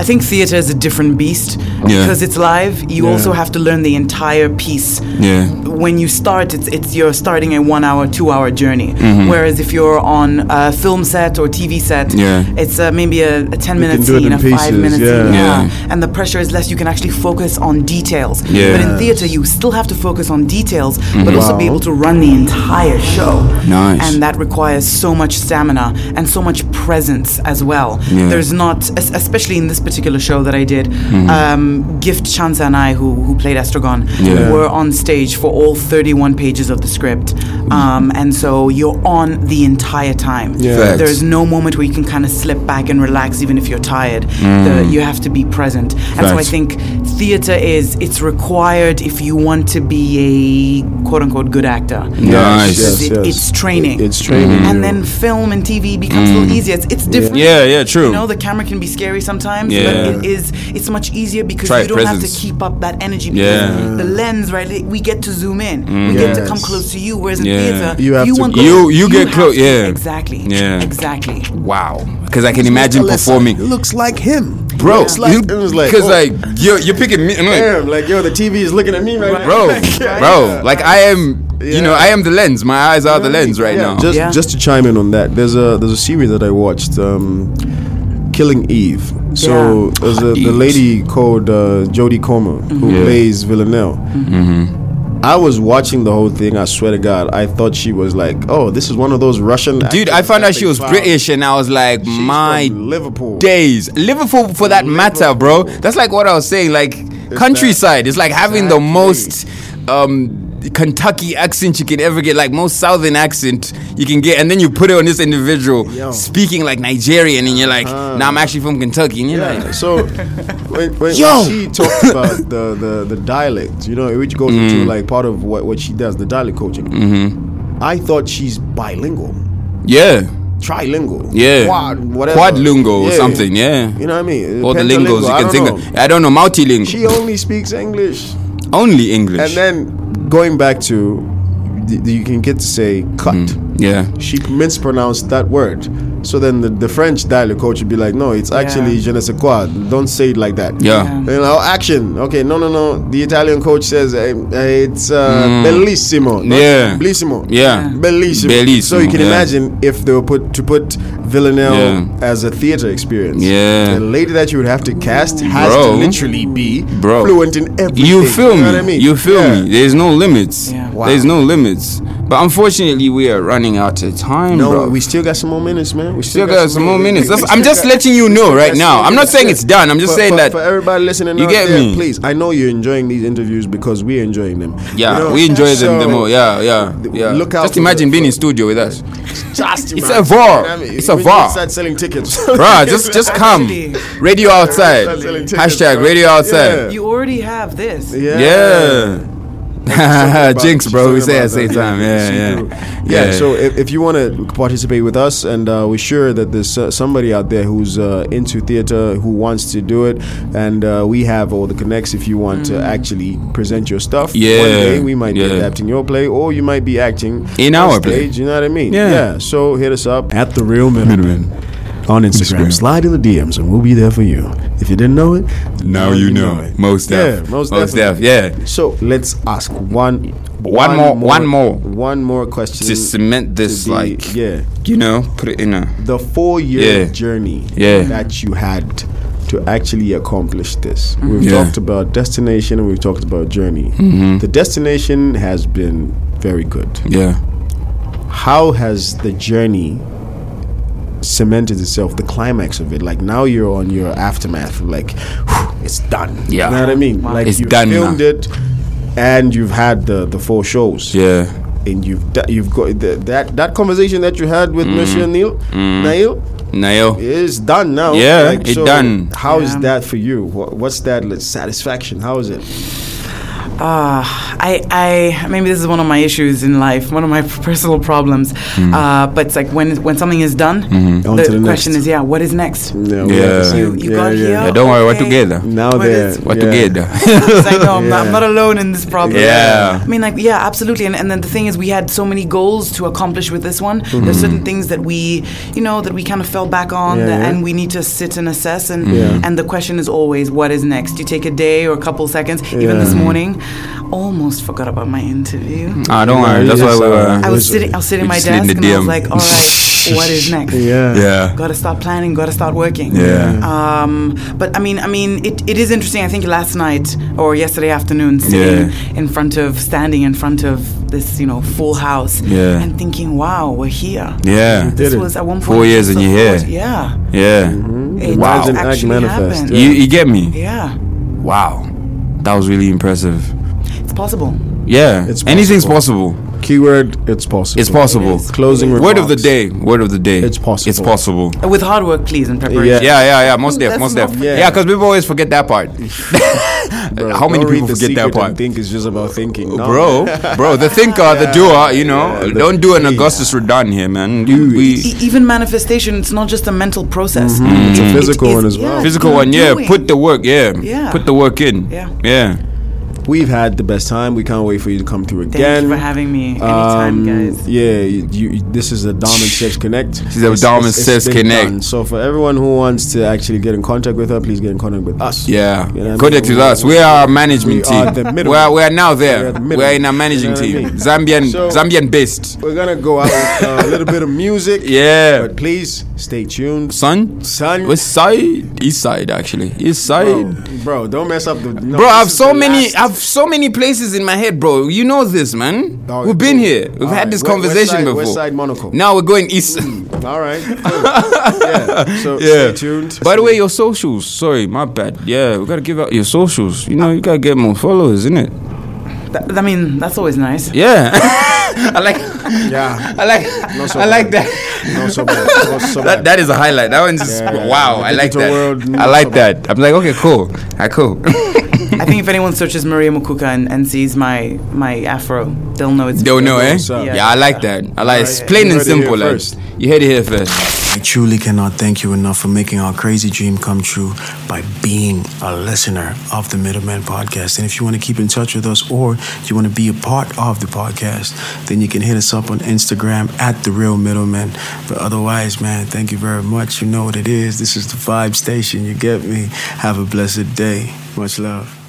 Speaker 6: I think theater is a different beast
Speaker 1: Yeah.
Speaker 6: because it's live. You
Speaker 1: Yeah.
Speaker 6: also have to learn the entire piece.
Speaker 1: Yeah.
Speaker 6: When you start, it's, it's you're starting a one-hour, two-hour journey.
Speaker 1: Mhm.
Speaker 6: Whereas if you're on a film set or TV set,
Speaker 1: Yeah.
Speaker 6: it's uh, maybe a, a ten-minute
Speaker 1: can do it
Speaker 6: scene,
Speaker 1: in
Speaker 6: a
Speaker 1: pieces,
Speaker 6: five-minute
Speaker 1: yeah.
Speaker 6: scene,
Speaker 1: Yeah.
Speaker 6: and the pressure is less. You can actually focus on details.
Speaker 1: Yeah.
Speaker 6: But in theater, you still have to focus on details, but
Speaker 1: Mhm.
Speaker 6: also be
Speaker 1: Wow.
Speaker 6: able to run the entire show.
Speaker 1: Nice.
Speaker 6: And that requires so much stamina and so much presence as well.
Speaker 1: Yeah.
Speaker 6: There's not, es- especially in this particular show that I did,
Speaker 1: Mhm.
Speaker 6: um, Gift Chanza and I, who, who played Astrogon,
Speaker 1: Yeah.
Speaker 6: were on stage for all 31 pages of the script.
Speaker 1: Mm-hmm.
Speaker 6: Um, and so you're on the entire time.
Speaker 1: Yeah. Facts.
Speaker 6: There's no moment where you can kind of slip back and relax, even if you're tired. The-
Speaker 1: Mm.
Speaker 6: you have to be present. And so I
Speaker 1: Facts.
Speaker 6: think theater is, it's required if you want to be a quote unquote good actor.
Speaker 1: Nice.
Speaker 6: Because
Speaker 1: Yes,
Speaker 6: it-
Speaker 1: yes.
Speaker 6: It's training.
Speaker 4: It's
Speaker 1: training
Speaker 6: And
Speaker 1: you.
Speaker 6: then film and TV becomes a little
Speaker 1: Mm.
Speaker 6: easier. It's, it's
Speaker 1: Yeah.
Speaker 6: different.
Speaker 1: Yeah, yeah, true.
Speaker 6: You know, the camera can be scary sometimes,
Speaker 1: Yeah.
Speaker 6: but it is, it's much easier because
Speaker 1: Try
Speaker 6: you don't have
Speaker 1: presence.
Speaker 6: to keep up that energy.
Speaker 1: Yeah.
Speaker 6: Because The lens, right? We get to zoom in.
Speaker 1: Mm.
Speaker 6: We get to come
Speaker 1: Yes.
Speaker 6: close to you. Whereas in
Speaker 1: Yeah.
Speaker 6: theater,
Speaker 1: You have to
Speaker 6: want
Speaker 1: go- You-
Speaker 6: close-
Speaker 1: you get
Speaker 6: have
Speaker 1: close-
Speaker 6: to-
Speaker 1: yeah.
Speaker 6: Exactly.
Speaker 1: Yeah.
Speaker 6: Exactly.
Speaker 1: Wow, because I can imagine
Speaker 4: Listen,
Speaker 1: performing.
Speaker 4: It looks like him,
Speaker 1: Bro,
Speaker 4: It's like, it was like
Speaker 1: because
Speaker 4: oh,
Speaker 1: like you're, you're picking me. I'm like,
Speaker 4: damn, like yo, the TV is looking at me right,
Speaker 1: bro,
Speaker 4: now,
Speaker 1: bro, like I am, you know, I am the lens. My eyes are the lens right now.
Speaker 4: Just just to chime in on that, there's a there's a series that I watched, um, Killing Eve. So
Speaker 1: Yeah.
Speaker 4: there's a, the
Speaker 1: Eve. Mm-hmm.
Speaker 4: lady called uh, Jodie Comer
Speaker 1: Yeah.
Speaker 4: who
Speaker 1: Mm-hmm.
Speaker 4: plays Villanelle. I was watching the whole thing. I swear to God, I thought she was like, "Oh, this is one of those Russian."
Speaker 1: dude, I found out she was British, and I was like, my
Speaker 4: Liverpool
Speaker 1: days, Liverpool for that matter, bro. That's like what I was saying. Like countryside, it's like having the most. Um, Kentucky accent you can ever get, like most southern accent you can get, and then you put it on this individual speaking like Nigerian, and you're like, "Nah, I'm actually from Kentucky." And you're
Speaker 4: Uh-huh. Yeah,
Speaker 1: like,
Speaker 4: so when, when
Speaker 1: Yo!
Speaker 4: she talked about the, the, the dialect, you know, which goes into
Speaker 1: Mm.
Speaker 4: like part of what, what she does, the dialect coaching.
Speaker 1: mm-hmm.
Speaker 4: I thought she's bilingual,
Speaker 1: "Yeah,
Speaker 4: trilingual,
Speaker 1: yeah,
Speaker 4: quad, whatever,
Speaker 1: quadlingo or
Speaker 4: Yeah.
Speaker 1: something." Yeah,
Speaker 4: You know what I mean?
Speaker 1: All the
Speaker 4: Pentalingual,
Speaker 1: lingos you
Speaker 4: I
Speaker 1: can
Speaker 4: don't
Speaker 1: think
Speaker 4: know.
Speaker 1: of. I don't know, multilingual.
Speaker 4: She only speaks English.
Speaker 1: only English.
Speaker 4: And then going back to, th- you can get to say cut.
Speaker 1: yeah.
Speaker 4: She mispronounced that word. So then the, the French dialect coach would be like, no, it's actually je ne sais quoi. Don't say it like that.
Speaker 1: Yeah.
Speaker 4: You know, action. Okay, no, no, no. The Italian coach says eh, eh, it's uh,
Speaker 1: Mm.
Speaker 4: bellissimo. not
Speaker 1: Yeah.
Speaker 4: Bellissimo.
Speaker 1: Yeah.
Speaker 4: Bellissimo. So
Speaker 1: Bellissimo,
Speaker 4: you can
Speaker 1: yeah.
Speaker 4: imagine if they were put to put Villanelle
Speaker 1: Yeah.
Speaker 4: as a theater experience.
Speaker 1: Yeah.
Speaker 4: The lady that you would have to cast has
Speaker 1: Bro.
Speaker 4: to literally be
Speaker 1: Bro.
Speaker 4: fluent in everything.
Speaker 1: You feel
Speaker 4: know
Speaker 1: me?
Speaker 4: what I mean?
Speaker 1: You feel
Speaker 4: Yeah.
Speaker 1: me? There's no limits.
Speaker 4: Wow.
Speaker 1: There's no limits. But unfortunately, we are running out of time,
Speaker 4: No,
Speaker 1: bro.
Speaker 4: we still got some more minutes, man. We
Speaker 1: still got some more minutes. That's- I'm just
Speaker 4: got-
Speaker 1: letting you
Speaker 4: we
Speaker 1: know
Speaker 4: still
Speaker 1: right
Speaker 4: got
Speaker 1: now.
Speaker 4: some
Speaker 1: I'm not
Speaker 4: minutes.
Speaker 1: saying it's done. I'm just
Speaker 4: For-
Speaker 1: saying
Speaker 4: for-
Speaker 1: that-
Speaker 4: for everybody listening,
Speaker 1: You
Speaker 4: out
Speaker 1: get
Speaker 4: there,
Speaker 1: me?
Speaker 4: please. I know you're enjoying these interviews because we're enjoying them.
Speaker 1: yeah,
Speaker 4: You know?
Speaker 1: we enjoy them the
Speaker 4: So-
Speaker 1: more. Yeah, yeah, yeah.
Speaker 4: Look out
Speaker 1: just
Speaker 4: for
Speaker 1: imagine being in studio with us,
Speaker 4: Just
Speaker 1: It's
Speaker 4: imagine,
Speaker 1: a var.
Speaker 4: you know what I mean?
Speaker 1: It's a
Speaker 4: When you
Speaker 1: var.
Speaker 4: Start selling tickets,
Speaker 1: bro. Just just come. Radio outside.
Speaker 4: Start selling tickets,
Speaker 1: Hashtag
Speaker 4: bro.
Speaker 1: radio
Speaker 4: Yeah.
Speaker 1: outside.
Speaker 6: You already have this.
Speaker 1: Yeah. Jinx, bro. We
Speaker 4: Talking
Speaker 1: say at the
Speaker 4: about
Speaker 1: same
Speaker 4: that.
Speaker 1: time. Yeah,
Speaker 4: See
Speaker 1: yeah.
Speaker 4: through. Yeah, so if, if you want to participate with us, and uh, we're sure that there's uh, somebody out there who's uh, into theater who wants to do it, and uh, we have all the connects if you want to actually present your stuff.
Speaker 1: Yeah,
Speaker 4: One day we might be
Speaker 1: yeah.
Speaker 4: adapting your play, or you might be acting
Speaker 1: In
Speaker 4: on
Speaker 1: our
Speaker 4: stage,
Speaker 1: play.
Speaker 4: You know what I mean?
Speaker 1: Yeah.
Speaker 4: So hit us up
Speaker 18: at the real Middleman on Instagram. Slide in the DMs and we'll be there for you. If you didn't know it,
Speaker 1: Now you know. Most
Speaker 4: Yeah,
Speaker 1: def.
Speaker 4: most,
Speaker 1: Most def.
Speaker 4: definitely.
Speaker 1: Yeah.
Speaker 4: So let's ask one,
Speaker 1: One more- one more.
Speaker 4: one more question
Speaker 1: To cement this,
Speaker 4: be-
Speaker 1: like,
Speaker 4: yeah.
Speaker 1: you know, put it in a.
Speaker 4: the four year
Speaker 1: Yeah.
Speaker 4: journey
Speaker 1: Yeah.
Speaker 4: that you had to actually accomplish this. We've
Speaker 1: Mm-hmm. Yeah.
Speaker 4: talked about destination and we've talked about journey.
Speaker 1: Mhm.
Speaker 4: The destination has been very good.
Speaker 1: Yeah.
Speaker 4: How has the journey cemented itself, the climax of it? Like now you're on your aftermath of like whew, it's done.
Speaker 1: Yeah.
Speaker 4: You know what I mean?
Speaker 1: Wow.
Speaker 4: Like
Speaker 1: It's
Speaker 4: you
Speaker 1: done now.
Speaker 4: filmed it and you've had the the four shows.
Speaker 1: Yeah.
Speaker 4: And you've d- you've got the, that that conversation that you had with Monsieur Neil
Speaker 1: Mm.
Speaker 4: Nail
Speaker 1: Nail.
Speaker 4: it's done now.
Speaker 1: Yeah, it done.
Speaker 4: How is
Speaker 6: Yeah.
Speaker 4: that for you? What, what's that like, satisfaction? How is it?
Speaker 6: Ah, I, I, maybe this is one of my issues in life, one of my personal problems.
Speaker 1: Mm.
Speaker 6: Uh, but it's like when when something is done,
Speaker 1: Mhm. On
Speaker 6: the,
Speaker 1: to the
Speaker 6: question
Speaker 1: next.
Speaker 6: is, yeah, what is next?
Speaker 4: Yeah.
Speaker 1: Yeah.
Speaker 6: You, you got here.
Speaker 1: Yeah, don't worry, we're
Speaker 6: okay.
Speaker 1: together.
Speaker 4: Now
Speaker 6: there,
Speaker 1: We're
Speaker 6: yeah.
Speaker 1: together.
Speaker 6: It's like, no, I'm, not, I'm not alone in this problem.
Speaker 1: Yeah.
Speaker 6: I mean, like, yeah, absolutely. And, and then the thing is, we had so many goals to accomplish with this one. There's
Speaker 1: Mhm.
Speaker 6: certain things that we, you know, that we kind of fell back on,
Speaker 1: Yeah,
Speaker 6: that,
Speaker 1: yeah.
Speaker 6: and we need to sit and assess. And
Speaker 1: Yeah.
Speaker 6: and the question is always, what is next? You take a day or a couple seconds. Even this
Speaker 1: Yeah.
Speaker 6: morning, almost forgot about my interview.
Speaker 1: Ah, don't worry. That's why we uh, were.
Speaker 6: I was sitting. I was sitting at
Speaker 1: we
Speaker 6: my
Speaker 1: just slid in
Speaker 6: desk, and
Speaker 1: the
Speaker 6: I was
Speaker 1: DM.
Speaker 6: like, "All right, what is next?
Speaker 1: Yeah. uh, Yeah.
Speaker 6: Got to start planning. Got to start working.
Speaker 1: Yeah.
Speaker 6: Um. But I mean, I mean, it, it is interesting. I think last night or yesterday afternoon, sitting in front of, standing in front of this, you know, full house,
Speaker 1: Yeah.
Speaker 6: and thinking, "Wow, we're here.
Speaker 1: Yeah. You
Speaker 6: This
Speaker 1: did it.
Speaker 6: was at one point
Speaker 1: Four years and you're here.
Speaker 6: Yeah.
Speaker 1: Yeah.
Speaker 6: It
Speaker 1: Wow.
Speaker 6: Imagine act actually manifest, happened.
Speaker 1: You, you get me?
Speaker 6: Yeah.
Speaker 1: Wow. That was really impressive.
Speaker 6: It's possible.
Speaker 1: Yeah.
Speaker 4: It's
Speaker 1: Anything's possible.
Speaker 4: Keyword: It's possible.
Speaker 1: It's possible.
Speaker 4: Closing
Speaker 1: Word of the day.
Speaker 4: remarks.
Speaker 1: Word of the day. It's
Speaker 4: possible.
Speaker 1: It's possible.
Speaker 6: With hard work, please, and
Speaker 1: Yeah,
Speaker 6: preparation.
Speaker 1: yeah, yeah. Most
Speaker 6: That's
Speaker 1: def, most
Speaker 6: not
Speaker 1: def.
Speaker 6: fair.
Speaker 1: Yeah, because people always forget that part.
Speaker 4: Bro,
Speaker 1: How many
Speaker 4: don't read
Speaker 1: people
Speaker 4: The
Speaker 1: forget that
Speaker 4: Secret
Speaker 1: part?
Speaker 4: and Think it's just about thinking, No.
Speaker 1: bro, bro, the thinker, the doer, you know, don't do an Augustus Rodin here, man. You, we,
Speaker 6: E- even manifestation, it's not just a mental process.
Speaker 1: Mhm.
Speaker 6: It- it is- yeah,
Speaker 1: Physical
Speaker 6: you're
Speaker 1: one, yeah.
Speaker 6: doing.
Speaker 1: Put the work, yeah.
Speaker 6: Yeah.
Speaker 1: Put the work in.
Speaker 6: Yeah.
Speaker 1: Yeah.
Speaker 4: We've had the best time. We can't wait for you to come through
Speaker 6: Thank
Speaker 4: again.
Speaker 6: you for having me.
Speaker 4: Um,
Speaker 6: Anytime, guys.
Speaker 4: Yeah, you, you, this is the Dom and Sex Connect. This
Speaker 1: is the Dom and Sex Connect.
Speaker 4: So for everyone who wants to actually get in contact with her, please get in contact with us.
Speaker 1: Yeah.
Speaker 4: You know what I
Speaker 1: Contact
Speaker 4: mean?
Speaker 1: with us. We are our management
Speaker 4: We are
Speaker 1: team.
Speaker 4: the middle.
Speaker 1: we, are, we are now
Speaker 4: We are
Speaker 1: there.
Speaker 4: the
Speaker 1: We
Speaker 4: middle.
Speaker 1: are, in our managing
Speaker 4: You know what I
Speaker 1: team.
Speaker 4: mean?
Speaker 1: Zambian
Speaker 4: So-
Speaker 1: Zambian based.
Speaker 4: We're gonna go out with uh, a little bit of music.
Speaker 1: Yeah.
Speaker 4: But please stay tuned.
Speaker 1: Son?
Speaker 4: Son.
Speaker 1: West side? East side actually. East side.
Speaker 4: Bro, don't mess up the no,
Speaker 1: bro,
Speaker 4: this
Speaker 1: I have
Speaker 4: is
Speaker 1: so
Speaker 4: the
Speaker 1: many
Speaker 4: last-
Speaker 1: I have so many places in my head, bro. You know this, man. We've been here. We've
Speaker 4: All
Speaker 1: had
Speaker 4: right,
Speaker 1: this
Speaker 4: West- West
Speaker 1: conversation
Speaker 4: Side-
Speaker 1: before.
Speaker 4: West Side Monaco. Mm.
Speaker 1: Now we're going east.
Speaker 4: All right. cool. yeah. So stay tuned.
Speaker 1: By the way, your socials. Sorry, my bad. Yeah, we gotta give out your socials. You know, you gotta get more followers, innit?
Speaker 6: Th- I mean, that's always nice.
Speaker 1: Yeah. I like.
Speaker 4: Yeah.
Speaker 1: I like.
Speaker 4: Not so
Speaker 1: I like
Speaker 4: bad.
Speaker 1: that.
Speaker 4: Not so bad. Not so
Speaker 1: That,
Speaker 4: bad.
Speaker 1: that is a highlight. That one's just,
Speaker 4: Yeah.
Speaker 1: wow. I like
Speaker 4: Digital
Speaker 1: that.
Speaker 4: world,
Speaker 1: I like that. I'm like, okay, cool. I cool.
Speaker 6: I think if anyone searches Maria Mukuka and, and sees my my afro, they'll know it's.
Speaker 1: Don't know, eh?
Speaker 6: Yeah,
Speaker 1: Yeah, I like that. I like it's
Speaker 6: Yeah.
Speaker 1: plain
Speaker 6: You
Speaker 1: and
Speaker 6: heard it here
Speaker 1: simple. Like
Speaker 6: first.
Speaker 1: you heard it here first.
Speaker 18: I truly cannot thank you enough for making our crazy dream come true by being a listener of the Middleman podcast. And if you want to keep in touch with us or you want to be a part of the podcast, then you can hit us up on Instagram at The Real Middleman. But otherwise, man, thank you very much. You know what it is. This is the Vibe Station. You get me? Have a blessed day. Much love.